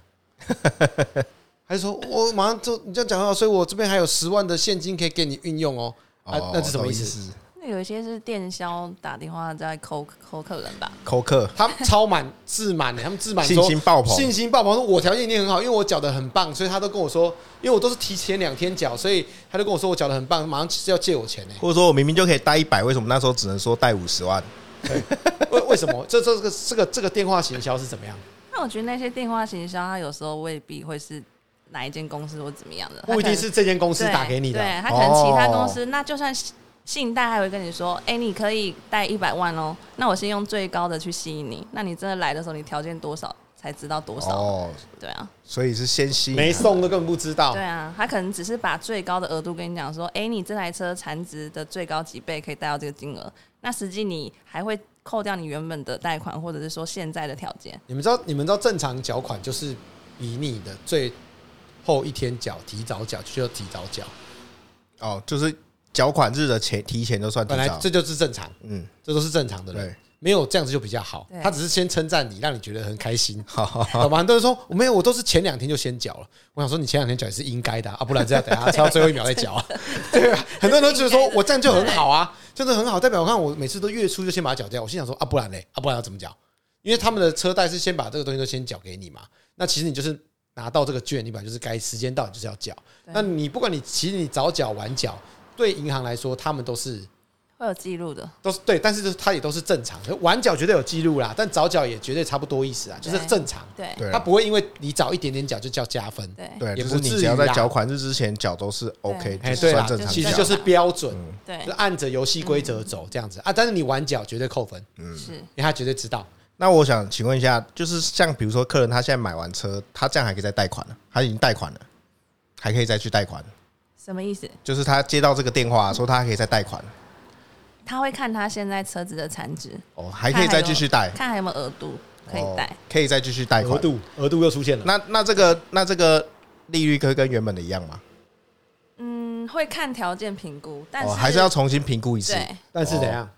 [SPEAKER 1] 他就说我马上就你这样讲很好，所以我这边还有十万的现金可以给你运用哦，啊
[SPEAKER 2] 哦，
[SPEAKER 1] 那是什么
[SPEAKER 2] 懂
[SPEAKER 1] 意
[SPEAKER 2] 意
[SPEAKER 1] 思？
[SPEAKER 2] 思？
[SPEAKER 3] 那有一些是电销打电话在扣扣客人吧，
[SPEAKER 2] 扣客，
[SPEAKER 1] 他们超满自满欸的，他们自满
[SPEAKER 2] 信
[SPEAKER 1] 说
[SPEAKER 2] 心爆棚，
[SPEAKER 1] 信心爆棚，说我条件一定很好，因为我缴的很棒，所以他都跟我说，因为我都是提前两天缴，所以他就跟我说我缴的很棒，马上是要借我钱呢、欸
[SPEAKER 2] 或者说我明明就可以贷一百，为什么那时候只能说贷五十万？
[SPEAKER 1] 为为什么？这这个这个这个电话行销是怎么样？
[SPEAKER 3] 那我觉得那些电话行销，它有时候未必会是哪一间公司或怎么样的，它
[SPEAKER 1] 不一定
[SPEAKER 3] 可能
[SPEAKER 1] 是这间公司
[SPEAKER 3] 对
[SPEAKER 1] 打给你的啊
[SPEAKER 3] 对，他可能其他公
[SPEAKER 2] 哦
[SPEAKER 3] 司，那就算信信贷，还会跟你说，哎、你可以贷一百万哦，那我先用最高的去吸引你，那你真的来的时候，你条件多少才知道多少，
[SPEAKER 2] 哦，
[SPEAKER 3] 对啊，
[SPEAKER 2] 所以是先吸引
[SPEAKER 1] 没
[SPEAKER 2] 他
[SPEAKER 1] 送的根本不知道
[SPEAKER 3] 对。啊，他可能只是把最高的额度跟你讲说，哎、你这台车残值的最高几倍可以贷到这个金额，那实际你还会扣掉你原本的贷款，或者是说现在的条件，
[SPEAKER 1] 你们知道你们知道正常缴款就是比你的最后一天缴，提早缴就要提早缴，
[SPEAKER 2] 哦，就是缴款日的前提前就算提
[SPEAKER 1] 本来
[SPEAKER 2] 早
[SPEAKER 1] 这，就是正常，
[SPEAKER 2] 嗯，
[SPEAKER 1] 这都是正常的人
[SPEAKER 2] 对，，
[SPEAKER 1] 没有这样子就比较好
[SPEAKER 3] 对。
[SPEAKER 1] 他只是先称赞你，让你觉得很开心。
[SPEAKER 2] 好好好，
[SPEAKER 1] 懂吗？很多人说我没有，我都是前两天就先缴了。我想说，你前两天缴也是应该的啊，啊不然这样等下到最后一秒再缴 啊。对啊，很多人都觉得说我这样就很好啊，真的很好，代表我看我每次都月初就先把它缴掉。我心想说啊，不然嘞，啊不然要怎么缴？因为他们的车贷是先把这个东西都先缴给你嘛，那其实你就是拿到这个券，你本来就是该时间到你就是要缴。
[SPEAKER 3] 对
[SPEAKER 1] 那你不管你其实你早缴晚缴，对银行来说他们都是
[SPEAKER 3] 会有记录的。
[SPEAKER 1] 都是对，但是就是它也都是正常的，晚缴绝对有记录啦，但早缴也绝对差不多意思啊，就是
[SPEAKER 3] 对
[SPEAKER 1] 正常。
[SPEAKER 3] 对
[SPEAKER 2] 对
[SPEAKER 1] 他不会因为你早一点点缴就叫加分。
[SPEAKER 3] 对
[SPEAKER 2] 对，
[SPEAKER 1] 也
[SPEAKER 2] 就
[SPEAKER 1] 不
[SPEAKER 2] 是你
[SPEAKER 1] 至于
[SPEAKER 2] 只要在
[SPEAKER 1] 啦
[SPEAKER 2] 缴款日之前缴都是 OK，
[SPEAKER 1] 哎，
[SPEAKER 2] 就
[SPEAKER 1] 对
[SPEAKER 2] 是嗯
[SPEAKER 1] 啦
[SPEAKER 2] 算正，常
[SPEAKER 1] 其
[SPEAKER 2] 缴。
[SPEAKER 1] 实就是标准，
[SPEAKER 3] 对
[SPEAKER 1] 就，按着游戏规则走这样子啊。但是你晚缴绝对扣分，
[SPEAKER 3] 是
[SPEAKER 1] 因为他绝对知道。
[SPEAKER 2] 那我想请问一下，就是像比如说客人他现在买完车，他这样还可以再贷款了，他已经贷款了，还可以再去贷款，
[SPEAKER 3] 什么意思？
[SPEAKER 2] 就是他接到这个电话说他还可以再贷款，
[SPEAKER 3] 他会看他现在车子的残值，
[SPEAKER 2] 哦，还可以再继续贷，
[SPEAKER 3] 看还有没有额度可以贷。
[SPEAKER 2] 哦可以再继续贷
[SPEAKER 1] 额
[SPEAKER 2] 款。
[SPEAKER 1] 度额度又出现了，
[SPEAKER 2] 那那这个那这个利率可以跟原本的一样吗？
[SPEAKER 3] 嗯，会看条件评估，但是、
[SPEAKER 2] 哦，还是要重新评估一次。
[SPEAKER 3] 对，
[SPEAKER 1] 但是怎
[SPEAKER 2] 哦
[SPEAKER 1] 样？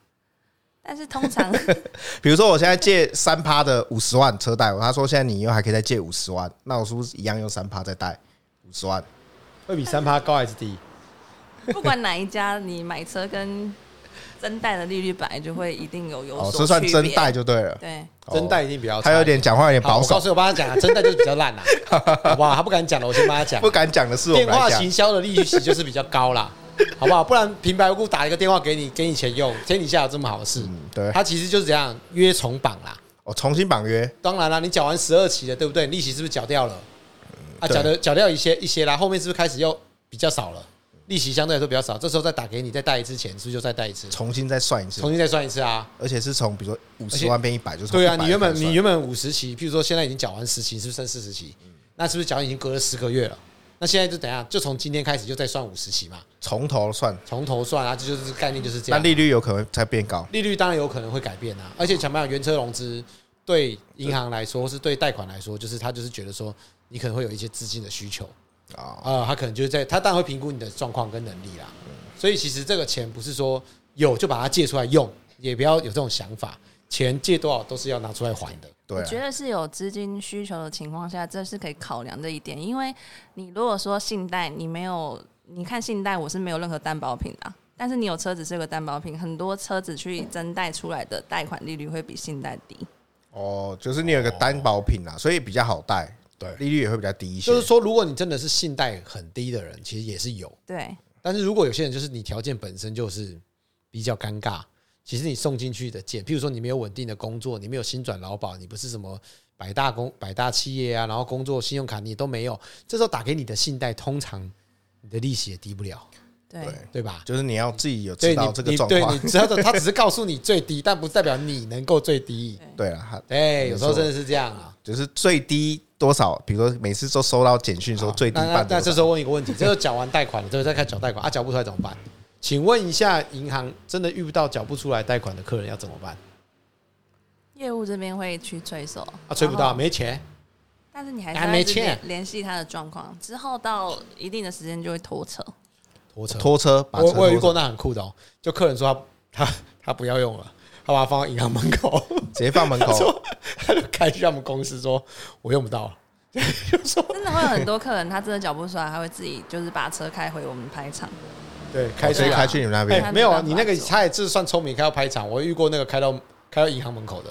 [SPEAKER 3] 但是通常
[SPEAKER 2] 比如说我现在借三趴的五十万车贷，他说现在你又还可以再借五十万，那我是不是一样用三趴再贷五十万？
[SPEAKER 1] 会比三趴高还是低？
[SPEAKER 3] 不管哪一家，你买车跟增贷的利率本来就会一定有有
[SPEAKER 2] 哦，
[SPEAKER 3] 所
[SPEAKER 2] 这算
[SPEAKER 3] 区
[SPEAKER 2] 增
[SPEAKER 3] 别
[SPEAKER 2] 贷。就对了。
[SPEAKER 3] 对，
[SPEAKER 2] 哦
[SPEAKER 1] 真贷一定比较差，
[SPEAKER 2] 他有点讲话有点
[SPEAKER 1] 好
[SPEAKER 2] 保
[SPEAKER 1] 我告
[SPEAKER 2] 守，
[SPEAKER 1] 诉你我帮他 讲啊，真贷就是比较烂啦，好不好？他不敢讲了，我先帮他讲
[SPEAKER 2] 不。敢讲的是我
[SPEAKER 1] 电
[SPEAKER 2] 们
[SPEAKER 1] 话
[SPEAKER 2] 来讲
[SPEAKER 1] 行。销的利息就是比较高 啦，好不好？不然平白无故打一个电话给你，给你钱用，天底下有这么好的事？
[SPEAKER 2] 嗯，对，
[SPEAKER 1] 他其实就是这样约重绑啦。
[SPEAKER 2] 哦，重新绑约，
[SPEAKER 1] 当然啦，你缴完十二期了，对不对？利息是不是缴掉了？啊，
[SPEAKER 2] 对
[SPEAKER 1] 缴的缴掉一些一些啦，后面是不是开始又比较少了？利息相对来说比较少，这时候再打给你，再贷一次钱，是不是就再贷一次，
[SPEAKER 2] 重新再算一次
[SPEAKER 1] 重，新再算一次啊？
[SPEAKER 2] 而且是从比如说五
[SPEAKER 1] 而
[SPEAKER 2] 十
[SPEAKER 1] 且
[SPEAKER 2] 万变一百，就是从
[SPEAKER 1] 对啊，
[SPEAKER 2] 100
[SPEAKER 1] 你原本
[SPEAKER 2] 开始
[SPEAKER 1] 你
[SPEAKER 2] 算
[SPEAKER 1] 原本五十期，譬如说现在已经缴完十期，是不是剩四十期？
[SPEAKER 2] 嗯
[SPEAKER 1] 那是不是缴已经隔了十个月了？那现在就等一下，就从今天开始就再算五十期嘛，
[SPEAKER 2] 从头算，
[SPEAKER 1] 从头算啊，这就是概念就是这
[SPEAKER 2] 那
[SPEAKER 1] 样。
[SPEAKER 2] 利率有可能再变高。
[SPEAKER 1] 利率当然有可能会改变啊，而且讲白了，原车融资对银行来说，或是对贷款来说，就是他就是觉得说你可能会有一些资金的需求
[SPEAKER 2] 啊、
[SPEAKER 1] 啊、他可能就是在他当然会评估你的状况跟能力啦。所以其实这个钱不是说有就把它借出来用，也不要有这种想法，钱借多少都是要拿出来还的。
[SPEAKER 2] 对
[SPEAKER 3] 我觉
[SPEAKER 2] 啊，
[SPEAKER 3] 得是有资金需求的情况下，这是可以考量的一点。因为你如果说信贷，你没有，你看信贷我是没有任何担保品的啊、但是你有车子是个担保品，很多车子去增贷出来的贷款利率会比信贷低。
[SPEAKER 2] 哦，就是你有一个担保品啊，所以比较好贷，
[SPEAKER 1] 对
[SPEAKER 2] 利率也会比较低一些。
[SPEAKER 1] 就是说，如果你真的是信贷很低的人，其实也是有。
[SPEAKER 3] 对，
[SPEAKER 1] 但是如果有些人就是你条件本身就是比较尴尬，其实你送进去的件，譬如说你没有稳定的工作，你没有新转劳保，你不是什么百大工百大企业啊，然后工作信用卡你也都没有，这时候打给你的信贷，通常你的利息也低不了，
[SPEAKER 3] 对，
[SPEAKER 2] 对
[SPEAKER 1] 对吧？
[SPEAKER 2] 就是你要自己有
[SPEAKER 1] 所以
[SPEAKER 2] 知道这
[SPEAKER 1] 你
[SPEAKER 2] 个
[SPEAKER 1] 你
[SPEAKER 2] 状
[SPEAKER 1] 对
[SPEAKER 2] 况
[SPEAKER 1] 你。知道的，他只是告诉你最低，但不代表你能够最低。
[SPEAKER 2] 对啊了，它
[SPEAKER 1] 对，有时候
[SPEAKER 2] 没错
[SPEAKER 1] 真的是这样啊。
[SPEAKER 2] 就是最低多少，比如说每次都收到简讯说
[SPEAKER 1] 好
[SPEAKER 2] 最低
[SPEAKER 1] 啊那那
[SPEAKER 2] 办
[SPEAKER 1] 那
[SPEAKER 2] 多
[SPEAKER 1] 这
[SPEAKER 2] 少，
[SPEAKER 1] 时候问一个问题，这就缴完贷款了，之后再开始缴贷款啊，缴不出来怎么办？请问一下，银行真的遇不到缴不出来贷款的客人要怎么办？
[SPEAKER 3] 业务这边会去催收
[SPEAKER 1] 啊，催不
[SPEAKER 3] 然
[SPEAKER 1] 到，
[SPEAKER 3] 后
[SPEAKER 1] 没钱。
[SPEAKER 3] 但是你还
[SPEAKER 1] 还
[SPEAKER 3] 是要
[SPEAKER 1] 没
[SPEAKER 3] 一直联
[SPEAKER 1] 欠
[SPEAKER 3] 联系他的状况，之后到一定的时间就会拖扯。
[SPEAKER 1] 拖车，
[SPEAKER 2] 拖车把车
[SPEAKER 1] 我我有遇
[SPEAKER 2] 拖
[SPEAKER 1] 过
[SPEAKER 2] 走，
[SPEAKER 1] 那很酷的哦，就客人说他他他不要用了，他把它放到银行门口，
[SPEAKER 2] 直接放门
[SPEAKER 1] 他
[SPEAKER 2] 口，
[SPEAKER 1] 说他就开去他们公司说，我用不到了，
[SPEAKER 3] 真的会有很多客人，他真的缴不出来，他会自己就是把车开回我们拍场。
[SPEAKER 1] 对，
[SPEAKER 2] 开
[SPEAKER 1] 开
[SPEAKER 2] 车
[SPEAKER 1] 去
[SPEAKER 2] 开去你们那边
[SPEAKER 1] 哎，没有啊，你那
[SPEAKER 3] 他没
[SPEAKER 1] 个
[SPEAKER 3] 办法做
[SPEAKER 1] 他也是算聪明，开到拍场，我遇过那个开到开到银行门口 的，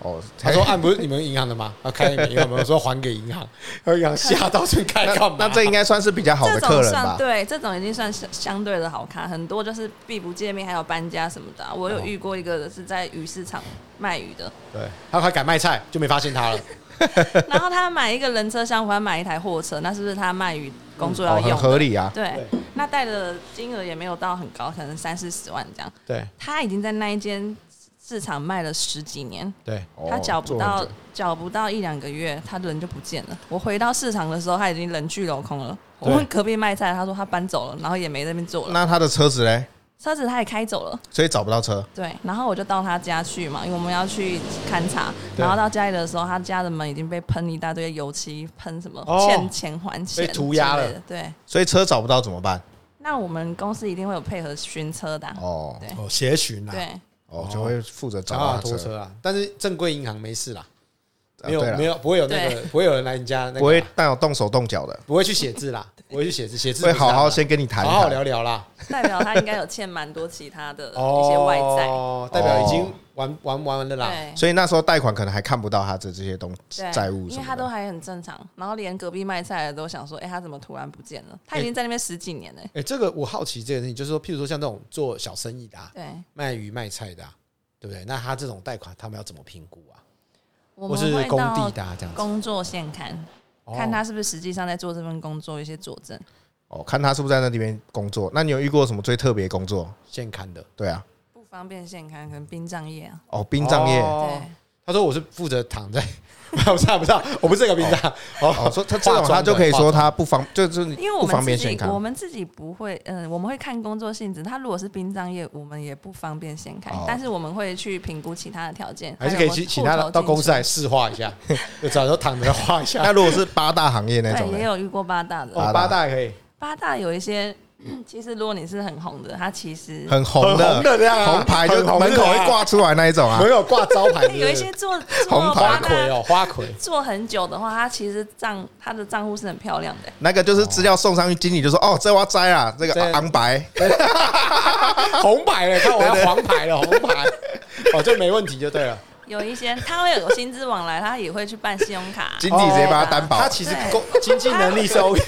[SPEAKER 2] 哦。
[SPEAKER 1] 他说：“啊，不是你们银行的吗？”啊，开你们银行门，我说还给银 行，然后银行吓到去开
[SPEAKER 2] 哎那
[SPEAKER 1] 干嘛？
[SPEAKER 2] 那这应该算是比较好的
[SPEAKER 3] 这
[SPEAKER 2] 客
[SPEAKER 3] 种
[SPEAKER 2] 人
[SPEAKER 3] 算
[SPEAKER 2] 吧？
[SPEAKER 3] 对，这种已经算相相对的好看，很多就是避不见面，还有搬家什么的啊、我有遇过一个是在鱼市场卖鱼的，
[SPEAKER 1] 对，他还敢卖菜，就没发现他了。
[SPEAKER 3] 然后他买一个人车厢，还买一台货车，那是不是他卖鱼工作
[SPEAKER 2] 哦，
[SPEAKER 3] 要用的？
[SPEAKER 2] 很合理啊。
[SPEAKER 3] 对，那贷的金额也没有到很高，可能三四十万这样。
[SPEAKER 1] 对
[SPEAKER 3] 他已经在那一间市场卖了十几年，
[SPEAKER 1] 对，
[SPEAKER 2] 哦
[SPEAKER 3] 他缴不
[SPEAKER 2] 做很
[SPEAKER 3] 到
[SPEAKER 2] 久
[SPEAKER 3] 缴不到一两个月，他人就不见了。我回到市场的时候，他已经人去楼空了。我
[SPEAKER 1] 对
[SPEAKER 3] 问隔壁卖菜，他说他搬走了，然后也没在那边做了，
[SPEAKER 2] 那他的车子嘞？
[SPEAKER 3] 车子他也开走了。
[SPEAKER 2] 所以找不到车，
[SPEAKER 3] 对，然后我就到他家去嘛，因为我们要去勘察。
[SPEAKER 1] 对
[SPEAKER 3] 然后到家里的时候，他家的门已经被喷一大堆油漆，喷什么
[SPEAKER 1] 哦
[SPEAKER 3] 欠钱还钱，
[SPEAKER 1] 被涂鸦了。
[SPEAKER 3] 对，
[SPEAKER 2] 所以车找不到怎么办？
[SPEAKER 3] 那我们公司一定会有配合巡车的啊、
[SPEAKER 2] 哦
[SPEAKER 3] 对
[SPEAKER 1] 哦，协寻啦，
[SPEAKER 3] 对，
[SPEAKER 2] 哦，就会负责找
[SPEAKER 1] 找
[SPEAKER 2] 到
[SPEAKER 1] 到
[SPEAKER 2] 他
[SPEAKER 1] 拖车啊。但是正规银行没事啦，
[SPEAKER 2] 啊
[SPEAKER 1] 没有
[SPEAKER 2] 对啦
[SPEAKER 1] 没有不会有那个不会有人来你家那个啦，
[SPEAKER 2] 不会带有动手动脚的，
[SPEAKER 1] 不会去写字啦，不会去写字，写字
[SPEAKER 2] 会
[SPEAKER 1] 不是他
[SPEAKER 2] 好
[SPEAKER 1] 的
[SPEAKER 2] 好先跟你谈
[SPEAKER 1] 好
[SPEAKER 2] 一
[SPEAKER 1] 好
[SPEAKER 2] 谈。
[SPEAKER 1] 聊聊啦。
[SPEAKER 3] 代表他应该有欠蛮多其他 的一些外债。
[SPEAKER 1] 哦，代表已经
[SPEAKER 2] 哦
[SPEAKER 1] 玩玩完了啦。
[SPEAKER 3] 对，
[SPEAKER 2] 所以那时候贷款可能还看不到他的这些东
[SPEAKER 3] 对
[SPEAKER 2] 债务什么的，
[SPEAKER 3] 因为他都还很正常，然后连隔壁卖菜的都想说，哎、他怎么突然不见了？他已经在那边十几年了、
[SPEAKER 1] 哎，这个我好奇这个事情，就是说，譬如说像这种做小生意的啊，
[SPEAKER 3] 对，
[SPEAKER 1] 卖鱼卖菜的啊，对不对？那他这种贷款，他们要怎么评估啊？
[SPEAKER 3] 我
[SPEAKER 1] 或
[SPEAKER 3] 们
[SPEAKER 1] 是
[SPEAKER 3] 会
[SPEAKER 1] 工地
[SPEAKER 3] 到
[SPEAKER 1] 的啊，这样子，
[SPEAKER 3] 工作现看，
[SPEAKER 1] 哦
[SPEAKER 3] 看他是不是实际上在做这份工作一些佐证。
[SPEAKER 2] 哦，看他是不是在那里面工作。那你有遇过什么最特别工作？
[SPEAKER 1] 现看的
[SPEAKER 2] 对啊，
[SPEAKER 3] 不方便现看，可能殡葬业啊。
[SPEAKER 2] 哦，殡葬业。
[SPEAKER 1] 哦
[SPEAKER 3] 对，
[SPEAKER 1] 他说我是负责躺在， 不是啊不是啊，我不是这个殡葬。
[SPEAKER 2] 哦，
[SPEAKER 1] 哦，
[SPEAKER 2] 说他这
[SPEAKER 1] 化
[SPEAKER 2] 种
[SPEAKER 1] 妆
[SPEAKER 2] 他
[SPEAKER 1] 的
[SPEAKER 2] 就可以
[SPEAKER 1] 化
[SPEAKER 2] 说他不方，就是
[SPEAKER 3] 因为我
[SPEAKER 2] 不
[SPEAKER 3] 们
[SPEAKER 2] 方
[SPEAKER 3] 自
[SPEAKER 2] 便先
[SPEAKER 3] 己
[SPEAKER 2] 看
[SPEAKER 3] 我。们自己不会，嗯，我们会看工作性质。他如果是殡葬业，我们也不方便先看，
[SPEAKER 2] 哦
[SPEAKER 3] 但是我们会去评估其他的条件，
[SPEAKER 1] 还是可以
[SPEAKER 3] 还有
[SPEAKER 1] 去
[SPEAKER 3] 我们
[SPEAKER 1] 请
[SPEAKER 3] 户
[SPEAKER 1] 他
[SPEAKER 3] 头
[SPEAKER 1] 到
[SPEAKER 3] 进
[SPEAKER 1] 公司
[SPEAKER 3] 出
[SPEAKER 1] 来试画一下，就找时候躺 着画一
[SPEAKER 2] 那
[SPEAKER 1] 下。
[SPEAKER 2] 如果是八大行业那
[SPEAKER 3] 对，
[SPEAKER 2] 种
[SPEAKER 3] 也
[SPEAKER 2] 呢？
[SPEAKER 3] 有遇过八大的，
[SPEAKER 1] 哦，八大也可以，
[SPEAKER 3] 八大有一些， 其实如果你是很红的，它其实
[SPEAKER 2] 很红
[SPEAKER 1] 很红
[SPEAKER 2] 的，
[SPEAKER 1] 的这样啊
[SPEAKER 2] 红牌就
[SPEAKER 1] 很红的
[SPEAKER 2] 门口会挂出来那一种 啊
[SPEAKER 1] 没。有挂招牌
[SPEAKER 3] 哎
[SPEAKER 1] 的，
[SPEAKER 3] 有一些做
[SPEAKER 2] 红
[SPEAKER 1] 花
[SPEAKER 2] 牌
[SPEAKER 3] 做八
[SPEAKER 1] 魁
[SPEAKER 3] 大
[SPEAKER 1] 哦，花 魁。
[SPEAKER 3] 做很久的话，它其实账它的账户是很漂亮的。
[SPEAKER 2] 那个就是资料送上去，经理就说：“哦，这我要摘啊，这
[SPEAKER 1] 这
[SPEAKER 2] 个昂白。
[SPEAKER 1] 红牌了，看我要黄牌了，红牌，哦，这没问题就对了。
[SPEAKER 3] 有一些它会有薪资往来，它也会去办信用卡。
[SPEAKER 2] 经理直接帮他担保。
[SPEAKER 1] 他其实工经济能力是 OK，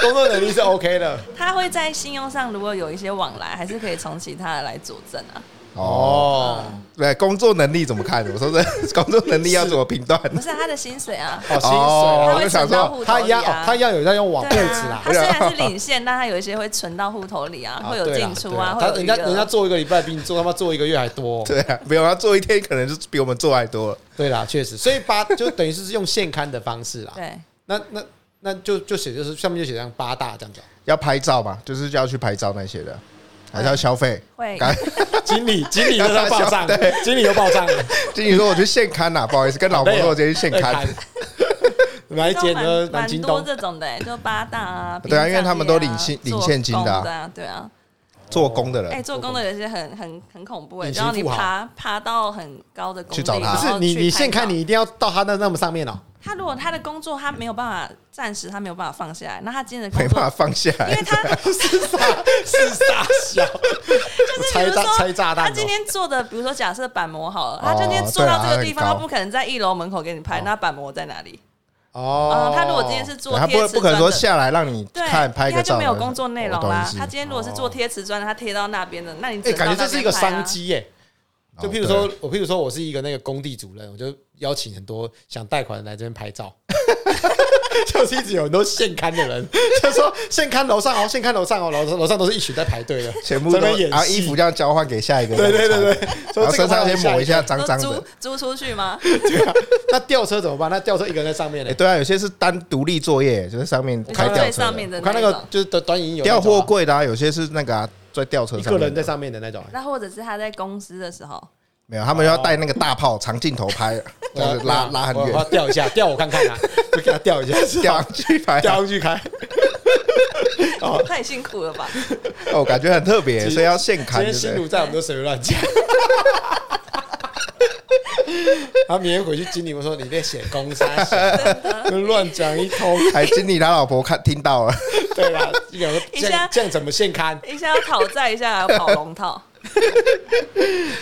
[SPEAKER 1] 工作能力是 OK 的。
[SPEAKER 3] 它会在信用上如果有一些往来，还是可以从其他的来佐证啊。
[SPEAKER 2] 哦，
[SPEAKER 1] 哦
[SPEAKER 2] 对，工作能力怎么看？我说这 工作能力要怎么评断？
[SPEAKER 3] 不是他的薪水啊，
[SPEAKER 1] 哦，薪水
[SPEAKER 2] 哦
[SPEAKER 1] 啊
[SPEAKER 3] 他
[SPEAKER 2] 我
[SPEAKER 3] 会
[SPEAKER 2] 就想
[SPEAKER 3] 存
[SPEAKER 2] 说
[SPEAKER 3] 到户头
[SPEAKER 1] 他一
[SPEAKER 3] 里
[SPEAKER 1] 样，哦
[SPEAKER 3] 啊。
[SPEAKER 1] 他一样有在用网
[SPEAKER 3] 对
[SPEAKER 1] 配置
[SPEAKER 3] 啊
[SPEAKER 1] 啦，。
[SPEAKER 3] 他虽然是领现，但他有一些会存到户头里啊，会有
[SPEAKER 1] 对啦
[SPEAKER 3] 进出
[SPEAKER 1] 哦对啦
[SPEAKER 3] 啊，会
[SPEAKER 1] 他
[SPEAKER 3] 有
[SPEAKER 1] 人家
[SPEAKER 3] 余额
[SPEAKER 1] 人家做一个礼拜比你做他妈做一个月还多，
[SPEAKER 2] 对啊，没有，他做一天可能就比我们做还多了。
[SPEAKER 1] 对啦，确实，所以八就等于是用现刊的方式啦。
[SPEAKER 3] 对
[SPEAKER 1] 那那那就就写就是上面就写上八大这样子 啊，
[SPEAKER 2] 要拍照嘛，就是要去拍照那些的，还是要消费？
[SPEAKER 3] 会
[SPEAKER 2] 刚
[SPEAKER 1] 经理经理又在报账，
[SPEAKER 2] 对
[SPEAKER 1] 经理又报账哦了，
[SPEAKER 2] 经理说我去现刊啊 啦，不好意思，跟老婆说我今天去现 刊。，啊
[SPEAKER 1] 来捡的
[SPEAKER 3] 蛮
[SPEAKER 1] 南
[SPEAKER 3] 蛮
[SPEAKER 1] 京
[SPEAKER 3] 多
[SPEAKER 1] 东，
[SPEAKER 3] 这种的欸，就八大啊，
[SPEAKER 2] 对啊
[SPEAKER 3] 殡葬
[SPEAKER 2] 因为他们
[SPEAKER 3] 业啊
[SPEAKER 2] 都领现领
[SPEAKER 3] 做
[SPEAKER 2] 现金的啊
[SPEAKER 3] 工的啊，对啊。
[SPEAKER 2] 做工的
[SPEAKER 3] 哎，
[SPEAKER 2] 人，
[SPEAKER 3] 做工的有些很很很恐怖哎，
[SPEAKER 1] 隐
[SPEAKER 3] 就
[SPEAKER 1] 形
[SPEAKER 3] 让你
[SPEAKER 1] 富豪
[SPEAKER 3] 爬爬到很高的工
[SPEAKER 2] 去找
[SPEAKER 3] 地
[SPEAKER 2] 他
[SPEAKER 1] 不
[SPEAKER 3] 然
[SPEAKER 1] 是
[SPEAKER 3] 后
[SPEAKER 1] 你
[SPEAKER 3] 去
[SPEAKER 1] 你现
[SPEAKER 3] 看
[SPEAKER 1] 看
[SPEAKER 3] 到
[SPEAKER 1] 你一定要到他那那么上面 哦，
[SPEAKER 3] 他如果他的工作他没有办法暂时他没有办法放下来，那他今天的
[SPEAKER 2] 没
[SPEAKER 3] 工
[SPEAKER 2] 办法
[SPEAKER 3] 作，
[SPEAKER 2] 放下
[SPEAKER 3] 因为
[SPEAKER 2] 来。
[SPEAKER 3] 他
[SPEAKER 1] 是傻 是傻笑，
[SPEAKER 3] 就是
[SPEAKER 1] 拆
[SPEAKER 3] 比如
[SPEAKER 1] 炸
[SPEAKER 3] 说
[SPEAKER 1] 拆炸
[SPEAKER 3] 他
[SPEAKER 1] 弹
[SPEAKER 3] 今
[SPEAKER 1] 哦，
[SPEAKER 3] 天做的，比如说假设板模好了，
[SPEAKER 2] 哦
[SPEAKER 3] 他今天做到这个地方，
[SPEAKER 2] 对啊
[SPEAKER 3] 他
[SPEAKER 2] 很高
[SPEAKER 3] 不可能在一楼门口给你拍，
[SPEAKER 1] 哦
[SPEAKER 3] 那板模在哪里？
[SPEAKER 1] 哦
[SPEAKER 3] 啊，，他如果今天是做
[SPEAKER 2] 他不
[SPEAKER 3] 贴
[SPEAKER 2] 会
[SPEAKER 3] 瓷
[SPEAKER 2] 不可
[SPEAKER 3] 砖
[SPEAKER 2] 能说
[SPEAKER 3] 的。
[SPEAKER 2] 下来让你
[SPEAKER 3] 对，
[SPEAKER 2] 看拍
[SPEAKER 3] 因
[SPEAKER 2] 个
[SPEAKER 3] 为他
[SPEAKER 2] 照，啊
[SPEAKER 3] 就没有
[SPEAKER 1] 啊
[SPEAKER 3] 工作内容啦
[SPEAKER 2] 我懂意。思
[SPEAKER 3] 他今天如果是做贴瓷砖的，他贴到那边的，那你只
[SPEAKER 1] 哎，
[SPEAKER 3] 能
[SPEAKER 1] 感觉
[SPEAKER 3] 到
[SPEAKER 1] 这
[SPEAKER 3] 那
[SPEAKER 1] 是一
[SPEAKER 3] 边
[SPEAKER 1] 个
[SPEAKER 3] 拍啊
[SPEAKER 1] 商。机耶。
[SPEAKER 2] 哦
[SPEAKER 1] 就譬如说，我譬如说我是一个那个工地主任，我就邀请很多想贷款的来这边拍 照， 就是一直有很多现刊的人，就说现刊楼上哦，现刊楼上哦，楼楼上都是一群在排队的，
[SPEAKER 2] 全部
[SPEAKER 1] 在
[SPEAKER 2] 都
[SPEAKER 1] 那边演
[SPEAKER 2] 然后
[SPEAKER 1] 戏
[SPEAKER 2] 衣服这样交换给下一个
[SPEAKER 1] 对对
[SPEAKER 2] 人，
[SPEAKER 1] 对对，
[SPEAKER 2] 然
[SPEAKER 1] 说这个
[SPEAKER 2] 后身
[SPEAKER 1] 拍
[SPEAKER 2] 上先
[SPEAKER 1] 完下
[SPEAKER 2] 抹一下脏
[SPEAKER 3] 都
[SPEAKER 2] 脏的
[SPEAKER 3] 租。租出 去吗？
[SPEAKER 1] 那吊车怎么办？那吊车一个人在上面
[SPEAKER 2] 哎，
[SPEAKER 1] 呢？
[SPEAKER 2] 对啊，有些是单独立作业，就是上面
[SPEAKER 3] 你
[SPEAKER 2] 开
[SPEAKER 3] 说
[SPEAKER 2] 吊
[SPEAKER 3] 最
[SPEAKER 2] 车
[SPEAKER 3] 上面
[SPEAKER 2] 的，
[SPEAKER 1] 我
[SPEAKER 3] 的
[SPEAKER 1] 看那
[SPEAKER 3] 那一
[SPEAKER 1] 个
[SPEAKER 3] 种，
[SPEAKER 1] 就是短短影有那
[SPEAKER 2] 吊
[SPEAKER 1] 种
[SPEAKER 2] 货
[SPEAKER 1] 啊
[SPEAKER 2] 柜的啊，有些是那个啊在吊车
[SPEAKER 1] 一
[SPEAKER 2] 上
[SPEAKER 1] 个人
[SPEAKER 2] 面
[SPEAKER 1] 在
[SPEAKER 2] 的，
[SPEAKER 1] 上面的那种啊，
[SPEAKER 3] 那或者是他在公司的时候，
[SPEAKER 2] 没有，他们要带那个大炮长镜头 拍，这样子拉
[SPEAKER 1] 我
[SPEAKER 2] 拉很
[SPEAKER 1] 我要
[SPEAKER 2] 远，
[SPEAKER 1] 吊一下，吊我看看啊， 就给他吊一下，
[SPEAKER 2] 吊上去拍，啊
[SPEAKER 1] 吊上去开，
[SPEAKER 3] 太辛苦了吧？
[SPEAKER 2] 哦，感觉很特别，
[SPEAKER 1] 今
[SPEAKER 2] 所以要现
[SPEAKER 1] 今
[SPEAKER 2] 砍，
[SPEAKER 1] 天
[SPEAKER 2] 对不
[SPEAKER 1] 新
[SPEAKER 2] 对？
[SPEAKER 1] 奴在，我们都随便乱讲。 他明天回去经理们说你在写公司，就乱讲一通。
[SPEAKER 2] 还经理他老婆看听到了，
[SPEAKER 1] 对吧？经理说
[SPEAKER 3] 一
[SPEAKER 1] 这样
[SPEAKER 3] 下
[SPEAKER 1] 这样怎么现刊？
[SPEAKER 3] 一下要讨债，一下还要跑 龙套。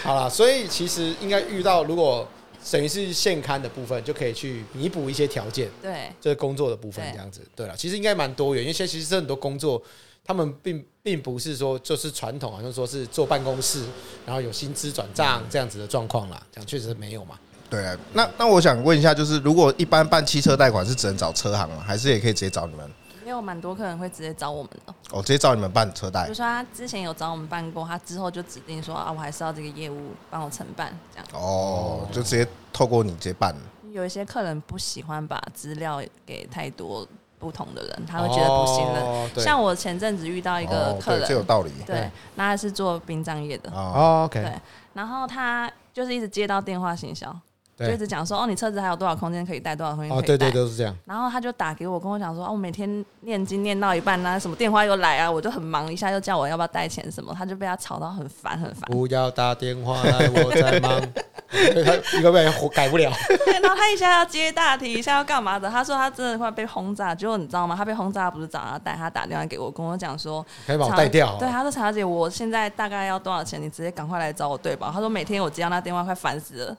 [SPEAKER 1] 好啦，所以其实应该遇到如果等于是现刊的部分，就可以去弥补一些条件，
[SPEAKER 3] 对，
[SPEAKER 1] 就是工作的部分
[SPEAKER 3] 对
[SPEAKER 1] 这样子。对了，其实应该蛮多元，因为现在其实很多工作。他们并并不是说就是传统，好像说是坐办公室，然后有薪资转账这样子的状况啦，这样确实没有嘛。
[SPEAKER 2] 对啊，那那我想问一下，就是如果一般办汽车贷款是只能找车行吗？还是也可以直接找你们？
[SPEAKER 3] 也有蛮多客人会直接找我们的。
[SPEAKER 2] 哦，直接找你们办车
[SPEAKER 3] 比
[SPEAKER 2] 贷
[SPEAKER 3] 如。说他之前有找我们办过，他之后就指定说啊，我还是要这个业务帮我承办这样。
[SPEAKER 2] 哦，就直接透过你直接办。
[SPEAKER 3] 有一些客人不喜欢把资料给太多不同的人，他会觉得不信任。
[SPEAKER 1] 哦对
[SPEAKER 3] 像我前阵子遇到一个
[SPEAKER 2] 哦，
[SPEAKER 3] 客
[SPEAKER 2] 对，
[SPEAKER 3] 人，
[SPEAKER 2] 这有道理。
[SPEAKER 3] 对，那他是做殡葬业的，
[SPEAKER 2] 哦，
[SPEAKER 1] 哦，OK，
[SPEAKER 3] 对，然后他就是一直接到电话行销，就
[SPEAKER 1] 对
[SPEAKER 3] 一直讲说哦，你车子还有多少空间可以带，多少空间可以
[SPEAKER 1] 哦，
[SPEAKER 3] 带。
[SPEAKER 1] 对对，都是这样。
[SPEAKER 3] 然后他就打给我，跟我讲说，哦，我每天念经念到一半啊，什么电话又来啊，我就很忙，一下又叫我要不要带钱什么，他就被他吵到很烦很 烦。
[SPEAKER 1] 不要打电话来，我在忙。 他一个月改不了，
[SPEAKER 3] 对，然后他一下要接大题，一下要干嘛的？他说他真的快被轰炸，结果你知道吗？他被轰炸不是找他带，他打电话给我，跟我讲说，
[SPEAKER 1] 可以把我带掉
[SPEAKER 3] 对，
[SPEAKER 1] 哦。
[SPEAKER 3] 他说陈小姐，我现在大概要多少钱？你直接赶快来找我对吧？他说每天我接到那电话快烦死了。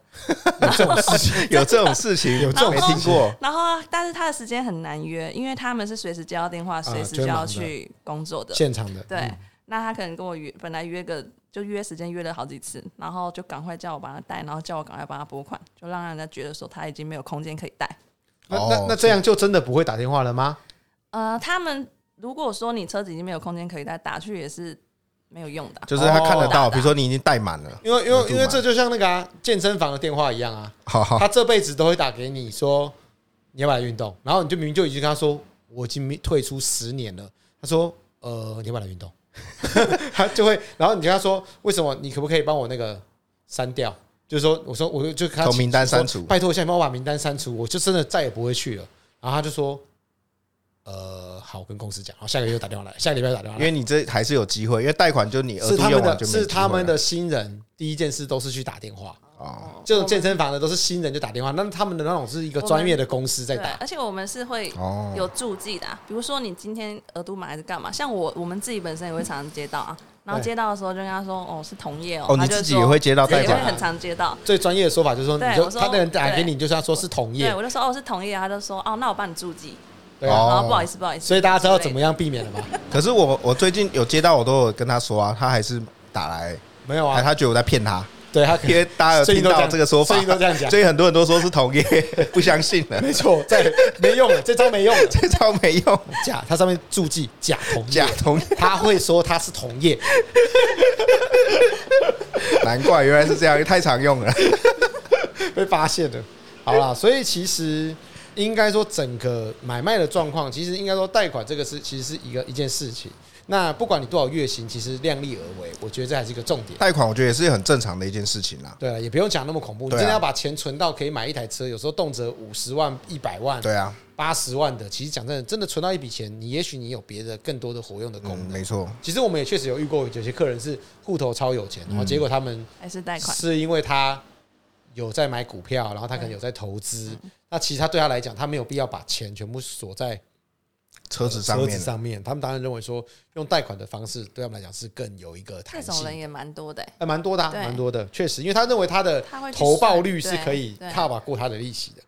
[SPEAKER 1] 有这种事情，
[SPEAKER 2] 有这种事情，有
[SPEAKER 1] 这种
[SPEAKER 2] 没听过？
[SPEAKER 3] 然后啊，但是他的时间很难约，因为他们是随时接到电
[SPEAKER 1] 啊
[SPEAKER 3] 话，随时就要去工作的。
[SPEAKER 1] 现场的嗯
[SPEAKER 3] 对，那他可能跟我约，本来约个就约时间约了好几次，然后就赶快叫我帮他带，然后叫我赶快帮他拨款，就让人家觉得说他已经没有空间可以带。
[SPEAKER 1] 那
[SPEAKER 2] 哦
[SPEAKER 1] 那那这样就真的不会打电话了吗？
[SPEAKER 3] 呃，他们如果说你车子已经没有空间可以再打去，也是没有用的啊、
[SPEAKER 2] 就是他看得到，
[SPEAKER 3] 哦
[SPEAKER 2] 比如说你已经带满了，
[SPEAKER 1] 因为因为因为
[SPEAKER 2] 额度
[SPEAKER 1] 这就像那个啊，健身房的电话一样啊，
[SPEAKER 2] 好好
[SPEAKER 1] 他这辈子都会打给你说你要不要来运动，然后你就明明就已经跟他说我已经退出十年了，他说呃你要不要来运动， 他就会，然后你就跟他说为什么你可不可以帮我那个删掉？就是说，我说我就就跟他
[SPEAKER 2] 从
[SPEAKER 1] 请
[SPEAKER 2] 名单
[SPEAKER 1] 说
[SPEAKER 2] 删除
[SPEAKER 1] 拜托一下，你帮我把名单删除，我就真的再也不会去了。然后他就说，呃，好，我跟公司讲，好，下个月又打电话来，下个礼拜又打电话
[SPEAKER 2] 因
[SPEAKER 1] 来，
[SPEAKER 2] 为你这还是有机会，因为贷款就你额
[SPEAKER 1] 是
[SPEAKER 2] 度
[SPEAKER 1] 他
[SPEAKER 2] 用
[SPEAKER 1] 们
[SPEAKER 2] 完
[SPEAKER 1] 的，
[SPEAKER 2] 就没
[SPEAKER 1] 是他们
[SPEAKER 2] 机会了
[SPEAKER 1] 的新人，第一件事都是去打电话。
[SPEAKER 2] 哦，
[SPEAKER 1] 这种健身房的都是新人就打电话，那他们的那种是一个专业的公司在
[SPEAKER 3] 对，
[SPEAKER 1] 打。
[SPEAKER 3] 而且我们是会
[SPEAKER 1] 嗯
[SPEAKER 2] 哦
[SPEAKER 3] 有助记的啊、比如说你今天额度买还是干嘛？像我我们自己本身也会常常接到啊，然后
[SPEAKER 1] 对
[SPEAKER 3] 接到的时候就跟他说哦是同业哦，
[SPEAKER 2] 哦，
[SPEAKER 3] 他
[SPEAKER 2] 你
[SPEAKER 3] 就
[SPEAKER 2] 自己
[SPEAKER 3] 说
[SPEAKER 2] 也会接到
[SPEAKER 3] 自己
[SPEAKER 2] 贷
[SPEAKER 3] 也会
[SPEAKER 2] 款
[SPEAKER 1] 啊
[SPEAKER 3] 很常接到。
[SPEAKER 1] 最专业的说法就是说，
[SPEAKER 3] 对
[SPEAKER 1] 你就
[SPEAKER 3] 我说
[SPEAKER 1] 他的人打给你，
[SPEAKER 3] 对
[SPEAKER 1] 你就是要说是同
[SPEAKER 3] 对，
[SPEAKER 1] 业
[SPEAKER 3] 我，就说哦是同业啊，他就说哦那我帮你助记，
[SPEAKER 1] 对
[SPEAKER 2] 哦
[SPEAKER 1] 啊。
[SPEAKER 3] 然后不好意思不好意思，
[SPEAKER 1] 所以大家知道怎
[SPEAKER 3] 之 类
[SPEAKER 1] 么样避免了吧？
[SPEAKER 2] 可是我我最近有接到，我都有跟他说啊，他还是打来，
[SPEAKER 1] 没有
[SPEAKER 2] 还
[SPEAKER 1] 啊，
[SPEAKER 2] 他觉得我在骗 他，
[SPEAKER 1] 对他可
[SPEAKER 2] 因为大家有
[SPEAKER 1] 最
[SPEAKER 2] 听
[SPEAKER 1] 近都
[SPEAKER 2] 到
[SPEAKER 1] 样
[SPEAKER 2] 这个说法
[SPEAKER 1] 最，近都这样讲，
[SPEAKER 2] 所以很多人都说是 同业，不相信了，
[SPEAKER 1] 没错，在没用了，这招没用了，
[SPEAKER 2] 这招没用，
[SPEAKER 1] 假，它上面注记假同业，
[SPEAKER 2] 假同业，
[SPEAKER 1] 他会说他是同 业，
[SPEAKER 2] 难怪原来是这样，太常用了。
[SPEAKER 1] 被发现了。好啦，所以其实应该说整个买卖的状况，其实应该说贷款这个是其实是一个一件事情。那不管你多少月薪，其实量力而为，我觉得这还是一个重点。
[SPEAKER 2] 贷款我觉得也是很正常的一件事情啦。
[SPEAKER 1] 对啊，也不用讲那么恐怖。你
[SPEAKER 2] 对啊
[SPEAKER 1] 真的要把钱存到可以买一台车，有时候动辄五十万、一百万、
[SPEAKER 2] 对啊，
[SPEAKER 1] 八十万的，其实讲真的，真的存到一笔钱，你也许你有别的更多的活用的功
[SPEAKER 2] 嗯，
[SPEAKER 1] 能。
[SPEAKER 2] 没错，
[SPEAKER 1] 其实我们也确实有遇过有些客人是户头超有钱，
[SPEAKER 2] 嗯
[SPEAKER 1] 然后结果他们
[SPEAKER 3] 还是贷款，
[SPEAKER 1] 是因为他有在买股票，然后他可能有在投资。
[SPEAKER 3] 嗯
[SPEAKER 1] 那其实他对他来讲，他没有必要把钱全部锁在
[SPEAKER 2] 车子上
[SPEAKER 1] 车子
[SPEAKER 2] 面
[SPEAKER 1] 上面。他们当然认为说，用贷款的方式对他们来讲是更有一个
[SPEAKER 3] 这
[SPEAKER 1] 弹
[SPEAKER 3] 种人
[SPEAKER 1] 性。
[SPEAKER 3] 也蛮多的欸、
[SPEAKER 1] 还蛮多的啊、
[SPEAKER 3] 对
[SPEAKER 1] 蛮多的，确实，因为他认为他的
[SPEAKER 3] 他会去
[SPEAKER 1] 投报
[SPEAKER 3] 算
[SPEAKER 1] 率是
[SPEAKER 3] 对
[SPEAKER 1] 可以
[SPEAKER 3] 对
[SPEAKER 1] cover 过他的利息的。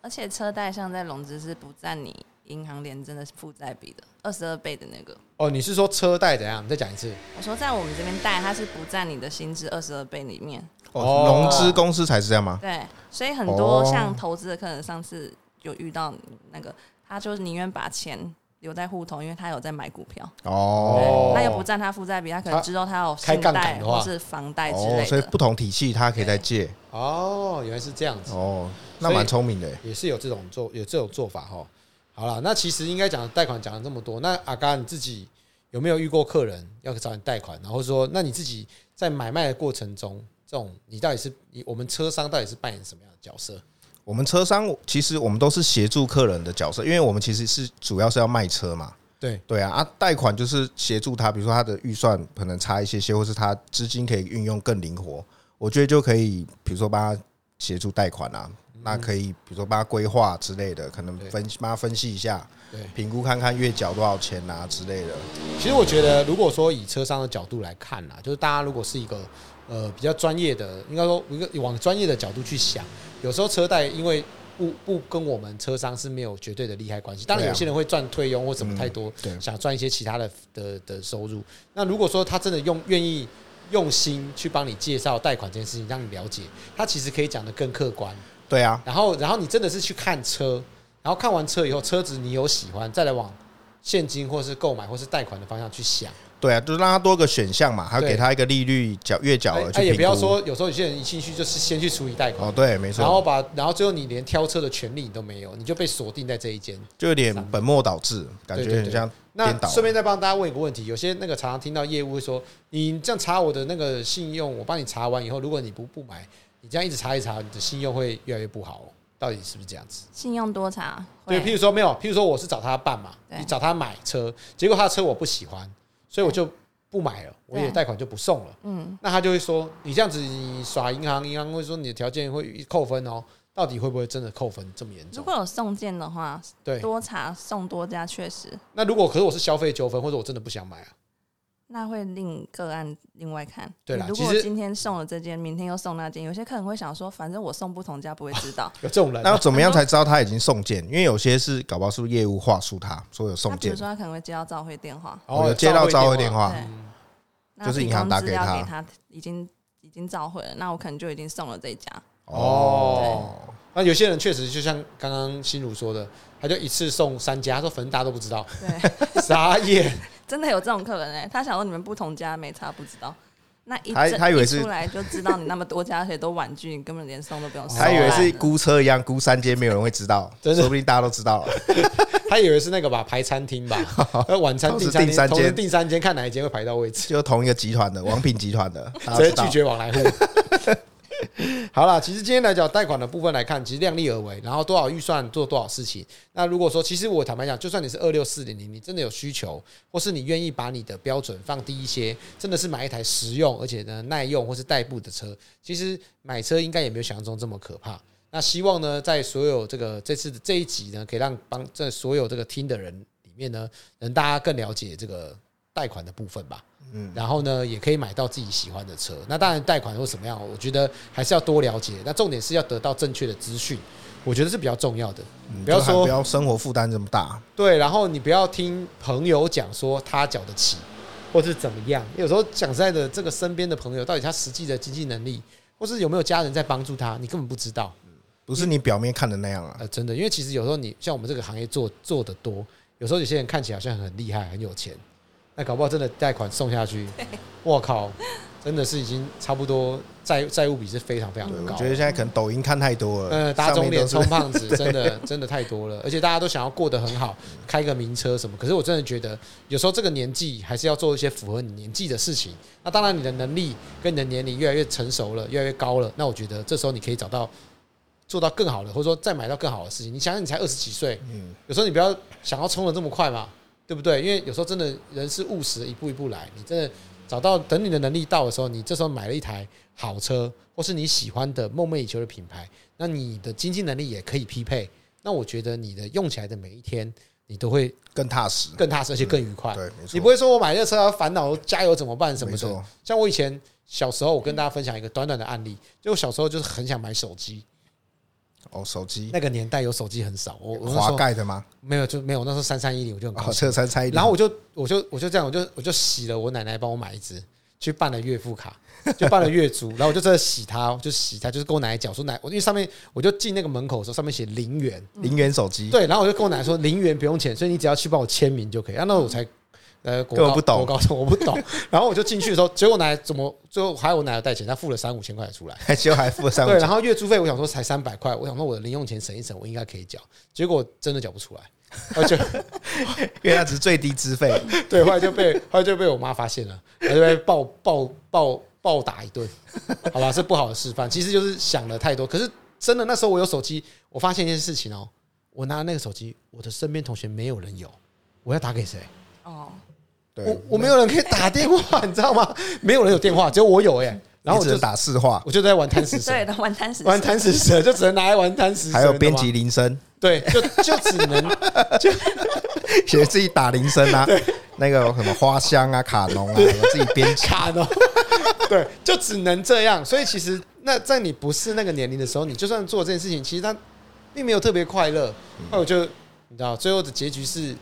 [SPEAKER 3] 而且车贷像在融资是不占你银行连真的负债比的二十二倍的那个。
[SPEAKER 1] 哦，你是说车贷怎样？你再讲一次。
[SPEAKER 3] 我说在我们这边贷，它是不占你的薪资二十二倍里面。
[SPEAKER 1] 哦
[SPEAKER 2] 哦，融资公司才是这样吗？
[SPEAKER 3] 对，所以很多
[SPEAKER 2] 哦
[SPEAKER 3] 像投资的客人，上次有遇到那个，他就是宁愿把钱留在户头，因为他有在买股票，
[SPEAKER 2] 哦，
[SPEAKER 3] 那又不占他负债比，他可能
[SPEAKER 1] 他
[SPEAKER 3] 知道他有
[SPEAKER 1] 开
[SPEAKER 3] 信
[SPEAKER 1] 杠杆
[SPEAKER 3] 贷
[SPEAKER 1] 的话
[SPEAKER 3] 或是房贷之
[SPEAKER 2] 哦，
[SPEAKER 3] 类
[SPEAKER 2] 所以
[SPEAKER 3] 的。
[SPEAKER 2] 不同体系它可以再借
[SPEAKER 1] 哦，原来是这样子。
[SPEAKER 2] 哦，那
[SPEAKER 1] 所以
[SPEAKER 2] 蛮聪明的欸。
[SPEAKER 1] 也是有这种做有这种做法哈。好了，那其实应该讲贷款讲了这么多，那阿嘎你自己有没有遇过客人要找你贷款，然后说那你自己在买卖的过程中，这种你到底是你我们车商到底是扮演什么样的角色？
[SPEAKER 2] 我们车商其实我们都是协助客人的角色，因为我们其实是主要是要卖车嘛。
[SPEAKER 1] 对，
[SPEAKER 2] 对啊，啊，贷款就是协助他，比如说他的预算可能差一些些，或是他资金可以运用更灵活，我觉得就可以，比如说帮他协助贷款啊，
[SPEAKER 1] 嗯
[SPEAKER 2] 那可以比如说帮他规划之类的，可能
[SPEAKER 1] 对
[SPEAKER 2] 分帮他分析一下
[SPEAKER 1] 对，
[SPEAKER 2] 评估看看月缴多少钱啊之类的。
[SPEAKER 1] 其实我觉得，如果说以车商的角度来看啦，就是大家如果是一个呃比较专业的，应该说一个往专业的角度去想，有时候车贷因为不不跟我们车商是没有绝对的利害关系。当然，
[SPEAKER 2] 对啊嗯
[SPEAKER 1] 有些人会赚退佣或什么太多，
[SPEAKER 2] 对
[SPEAKER 1] 想赚一些其他的的的收入。那如果说他真的用愿意用心去帮你介绍贷款这件事情，让你了解，他其实可以讲得更客观。
[SPEAKER 2] 对啊，
[SPEAKER 1] 然后，然后你真的是去看车，然后看完车以后，车子你有喜欢，再来往现金或是购买或是贷款的方向去想。
[SPEAKER 2] 对啊，就是让他多个选项嘛，还有
[SPEAKER 1] 对
[SPEAKER 2] 给他一个利率缴月缴
[SPEAKER 1] 哎
[SPEAKER 2] 额去
[SPEAKER 1] 哎
[SPEAKER 2] 评估。
[SPEAKER 1] 也不要说，有时候有些人一进去就是先去处理贷款，
[SPEAKER 2] 哦，对，没
[SPEAKER 1] 然后
[SPEAKER 2] 错，
[SPEAKER 1] 把，然后最后你连挑车的权利你都没有，你就被锁定在这一间。
[SPEAKER 2] 就有点本末倒置，感
[SPEAKER 1] 对
[SPEAKER 2] 觉
[SPEAKER 1] 对
[SPEAKER 2] 很像
[SPEAKER 1] 那
[SPEAKER 2] 颠倒
[SPEAKER 1] 顺便再帮大家问一个问题，有些那个常常听到业务会说，你这样查我的那个信用，我帮你查完以后，如果你不不买，你这样一直查一直查，你的信用会越来越不好、哦，到底是不是这样子？
[SPEAKER 3] 信用多查，
[SPEAKER 1] 对，譬
[SPEAKER 3] 会
[SPEAKER 1] 如说没有，譬如说我是找他办嘛，
[SPEAKER 3] 对
[SPEAKER 1] 你找他买车，结果他的车我不喜欢，所以我就不买了，我也
[SPEAKER 3] 对
[SPEAKER 1] 贷款就不送了。嗯，那他就会说，你这样子你耍银行，银行会说你的条件会扣分哦，到底会不会真的扣分这么严
[SPEAKER 3] 如
[SPEAKER 1] 重？
[SPEAKER 3] 果有送件的话，
[SPEAKER 1] 对，
[SPEAKER 3] 多查送多家确实，
[SPEAKER 1] 那如果可是我是消费纠纷，或者我真的不想买啊，
[SPEAKER 3] 那会另个案另外看。
[SPEAKER 1] 对啦
[SPEAKER 3] 你如
[SPEAKER 1] 其
[SPEAKER 3] 果
[SPEAKER 1] 实
[SPEAKER 3] 今天送了这件，明天又送那件，有些客人会想说，反正我送不同家不会知 道。
[SPEAKER 1] 有这种人
[SPEAKER 2] 那
[SPEAKER 1] 啊、
[SPEAKER 2] 要怎么样才知道他已经送件？因为有些是搞不好是不是业务话术他，说有
[SPEAKER 3] 那
[SPEAKER 2] 送
[SPEAKER 3] 比
[SPEAKER 2] 件
[SPEAKER 3] 如，说他可能会接到召回电话，
[SPEAKER 1] 哦
[SPEAKER 2] 我有接到召回电，话，嗯
[SPEAKER 3] 对，那
[SPEAKER 2] 就是
[SPEAKER 3] 提
[SPEAKER 2] 银行
[SPEAKER 3] 供
[SPEAKER 2] 打
[SPEAKER 3] 资
[SPEAKER 2] 给
[SPEAKER 3] 料
[SPEAKER 2] 他
[SPEAKER 3] 给他已经已经召回了，那我可能就已经送了这一家。
[SPEAKER 1] 哦，那有些人确实就像刚刚心如说的，他就一次送三家，他说反正大家都不知道，
[SPEAKER 3] 对，
[SPEAKER 1] 傻眼。
[SPEAKER 3] 真的有这种客人哎、他想说你们不同家没差不知道，那一
[SPEAKER 2] 他
[SPEAKER 3] 整
[SPEAKER 2] 他以为
[SPEAKER 3] 一
[SPEAKER 2] 是
[SPEAKER 3] 出来就知道你那么多家，而且都婉拒，你根本连送都不用送。
[SPEAKER 2] 他以为
[SPEAKER 3] 完
[SPEAKER 2] 是
[SPEAKER 3] 了
[SPEAKER 2] 估车一样，估三间没有人会知道，
[SPEAKER 1] 真的
[SPEAKER 2] 说不定大家都知道了。
[SPEAKER 1] 他以为是那个吧，排餐厅吧， 呃晚餐订餐
[SPEAKER 2] 同时
[SPEAKER 1] 厅，
[SPEAKER 2] 订三间
[SPEAKER 1] 同时订三间，看哪一间会排到位置，
[SPEAKER 2] 就同一个集团的，王品 集团的，大家
[SPEAKER 1] 直
[SPEAKER 2] 知
[SPEAKER 1] 接
[SPEAKER 2] 道
[SPEAKER 1] 拒。绝往来户。啊 好啦，其实今天来讲贷款的部分来看，其实量力而为，然后多少预算做多少事情。那如果说，其实我坦白讲，就算你是二六四零零，你真的有需求，或是你愿意把你的标准放低一些，真的是买一台实用而且呢耐用或是代步的车，其实买车应该也没有想象中这么可怕。那希望呢，在所有这个这次的这一集呢，可以让帮这所有这个听的人里面呢，能大家更了解这个贷款的部分吧。嗯，然后呢，也可以买到自己喜欢的车。那当然，贷款或什么样，我觉得还是要多了解。那重点是要得到正确的资讯，我觉得是比较重要的。
[SPEAKER 2] 嗯
[SPEAKER 1] 不要
[SPEAKER 2] 就还
[SPEAKER 1] 说
[SPEAKER 2] 不要生活负担这么大，
[SPEAKER 1] 对，然后你不要听朋友讲说他缴得起，或是怎么样。有时候讲实在的，这个身边的朋友到底他实际的经济能力，或是有没有家人在帮助他，你根本不知道。
[SPEAKER 2] 不是你表面看的那样啊。
[SPEAKER 1] 呃，真的，因为其实有时候你像我们这个行业做做的多，有时候有些人看起来好像很厉害、很有钱，那搞不好真的贷款送下去，我靠，真的是已经差不多债债务比是非常非常
[SPEAKER 2] 对，我
[SPEAKER 1] 高。
[SPEAKER 2] 觉得现在可能抖音看太多了，
[SPEAKER 1] 呃，打
[SPEAKER 2] 上
[SPEAKER 1] 肿
[SPEAKER 2] 面
[SPEAKER 1] 脸
[SPEAKER 2] 都是
[SPEAKER 1] 充胖子，真的真的太多了，而且大家都想要过得很好，开个名车什么。可是我真的觉得，有时候这个年纪还是要做一些符合你年纪的事情。那当然，你的能力跟你的年龄越来越成熟了，越来越高了，那我觉得这时候你可以找到做到更好的，或者说再买到更好的事情。你想想，你才二十几岁，
[SPEAKER 2] 嗯，
[SPEAKER 1] 有时候你不要想要冲的这么快嘛，对不对？因为有时候真的人是务实，一步一步来。你真的找到等你的能力到的时候，你这时候买了一台好车，或是你喜欢的梦寐以求的品牌，那你的经济能力也可以匹配。那我觉得你的用起来的每一天，你都会
[SPEAKER 2] 更踏实。
[SPEAKER 1] 更踏实，而且更愉快。
[SPEAKER 2] 对，没错。
[SPEAKER 1] 你不会说我买这车要烦恼加油怎么办什么的
[SPEAKER 2] 没错。
[SPEAKER 1] 像我以前小时候，我跟大家分享一个短短的案例，就我小时候就是很想买手机，
[SPEAKER 2] 哦，手机
[SPEAKER 1] 那个年代有手机很少，我我那时
[SPEAKER 2] 滑
[SPEAKER 1] 候
[SPEAKER 2] 盖的吗？
[SPEAKER 1] 没有就没有，那时候三三一零我就很高
[SPEAKER 2] 哦，
[SPEAKER 1] 兴。
[SPEAKER 2] 这三猜一零。
[SPEAKER 1] 然后我就我就我就这样，我就我就洗了我奶奶帮我买一只，去办了月付卡，就办了月租，然后我就真的洗它，就洗它，就是跟我奶奶讲说奶，我因为上面我就进那个门口的时候，上面写零元，
[SPEAKER 2] 零元手机，
[SPEAKER 1] 对，然后我就跟我奶奶说零元不用钱，所以你只要去帮我签名就可以。啊，那我才呃国
[SPEAKER 2] 根本
[SPEAKER 1] 高
[SPEAKER 2] 不懂
[SPEAKER 1] 国高中我不懂，然后我就进去的时候，结果我奶奶怎么最后还有我奶奶带钱，她付了三五千块出来。
[SPEAKER 2] 还 就还付了三五
[SPEAKER 1] 对，
[SPEAKER 2] 千
[SPEAKER 1] 然后月租费我想说才三百块，我想说我的零用钱省一省，我应该可以缴，结果真的缴不出来，而且
[SPEAKER 2] 因为它只是最低资费，
[SPEAKER 1] 对，后来就被后来就被我妈发现了，然后就被暴暴暴暴打一顿，好吧，是不好的示范。其实就是想了太多，可是真的那时候我有手机，我发现一件事情哦，我拿那个手机，我的身边同学没有人有，我要打给谁？
[SPEAKER 3] 哦，
[SPEAKER 2] 对
[SPEAKER 1] 我，我没有人可以打电话， 你知道吗？没有人有电话，只有我有哎、然后我
[SPEAKER 2] 你只
[SPEAKER 1] 就
[SPEAKER 2] 能打市话，
[SPEAKER 1] 我就在玩贪食蛇
[SPEAKER 3] 对，的，玩贪食蛇
[SPEAKER 1] 玩贪食蛇就只能拿来玩贪食蛇，
[SPEAKER 2] 还有
[SPEAKER 1] 你懂
[SPEAKER 2] 编
[SPEAKER 1] 吗
[SPEAKER 2] 辑铃声，
[SPEAKER 1] 对，就就只能
[SPEAKER 2] 写自己打铃声 啊，那个什么花香啊、卡农啊，我自己编辑。
[SPEAKER 1] 卡哦， 对，就只能这样。所以其实那在你不是那个年龄的时候，你就算做这件事情，其实他并没有特别快乐。
[SPEAKER 2] 嗯
[SPEAKER 1] 那我就你知道，最后的结局是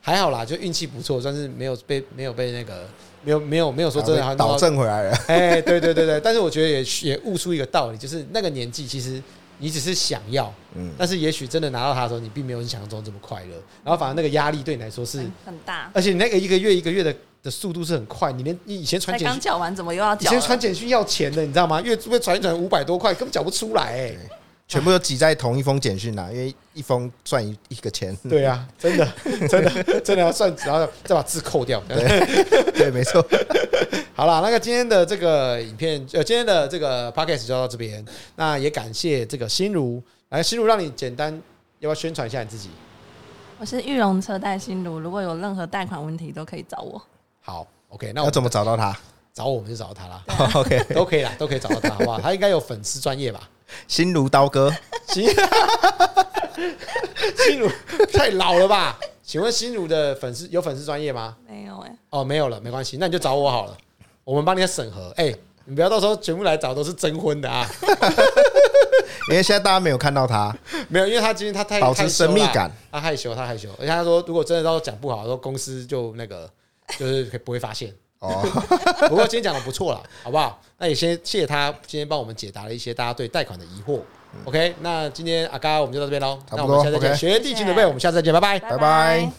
[SPEAKER 1] 还好啦，就运气不错，算是没有被没有被那个没有没有没有说真的
[SPEAKER 2] 啊导。正回来了，
[SPEAKER 1] 哎，对对对对，但是我觉得也也悟出一个道理，就是那个年纪其实。你只是想要，
[SPEAKER 2] 嗯
[SPEAKER 1] 但是也许真的拿到它的时候，你并没有你想象中这么快乐。然后反而那个压力对你来说是，
[SPEAKER 2] 嗯
[SPEAKER 3] 很很大，
[SPEAKER 1] 而且你那个一个月一个月的的速度是很快，你连你以前传
[SPEAKER 3] 才
[SPEAKER 1] 简
[SPEAKER 3] 刚
[SPEAKER 1] 讯
[SPEAKER 3] 缴完，怎么又要
[SPEAKER 1] 以
[SPEAKER 3] 缴
[SPEAKER 1] 前传
[SPEAKER 3] 了？
[SPEAKER 1] 简讯要钱的，你知道吗？月租被传一传五百多块，根本缴不出来、欸。
[SPEAKER 2] 全部都挤在同一封简讯啊，因为一封赚一一个钱。
[SPEAKER 1] 对啊，真的，真的，真的要算，然后再把字扣掉。
[SPEAKER 2] 对，没错。
[SPEAKER 1] 好啦，那个今天的这个影片，呃，今天的这个 podcast 就到这边。那也感谢这个心如，来，心如让你简单要不要宣传一下你自己？
[SPEAKER 3] 我是玉龙车贷新卢，如果有任何贷款问题都可以找我。
[SPEAKER 1] 好，OK，那
[SPEAKER 2] 要
[SPEAKER 1] 我啊
[SPEAKER 2] 怎么找到他
[SPEAKER 1] 找我们就找到他啦，
[SPEAKER 2] ？OK，
[SPEAKER 1] 都可以啦，都可以找到他，好不好？他应该有粉丝专业吧？
[SPEAKER 2] 心如刀割，
[SPEAKER 1] 心心如 太老了吧？请问心如的粉丝有粉丝专业吗？
[SPEAKER 3] 没有哎、
[SPEAKER 1] 哦，没有了，没关系，那你就找我好了，我们帮你审核。哎、你不要到时候全部来找都是征婚的啊，
[SPEAKER 2] 因为现在大家没有看到他，
[SPEAKER 1] 没有，因为他今天他太
[SPEAKER 2] 保持神秘，感。
[SPEAKER 1] 害羞啦他害羞，他害羞，而且他说如果真的到时候讲不好，说公司就那个就是不会发现。
[SPEAKER 2] 哦，
[SPEAKER 1] 不过今天讲的不错了，好不好？那也先谢谢他今天帮我们解答了一些大家对贷款的疑惑。OK，那今天阿嘎我们就到这边喽，
[SPEAKER 2] 差
[SPEAKER 1] 那
[SPEAKER 2] 不多
[SPEAKER 1] 我们下次再见，
[SPEAKER 2] OK
[SPEAKER 1] 学弟请准备，我们下次再见，拜拜。
[SPEAKER 2] 拜拜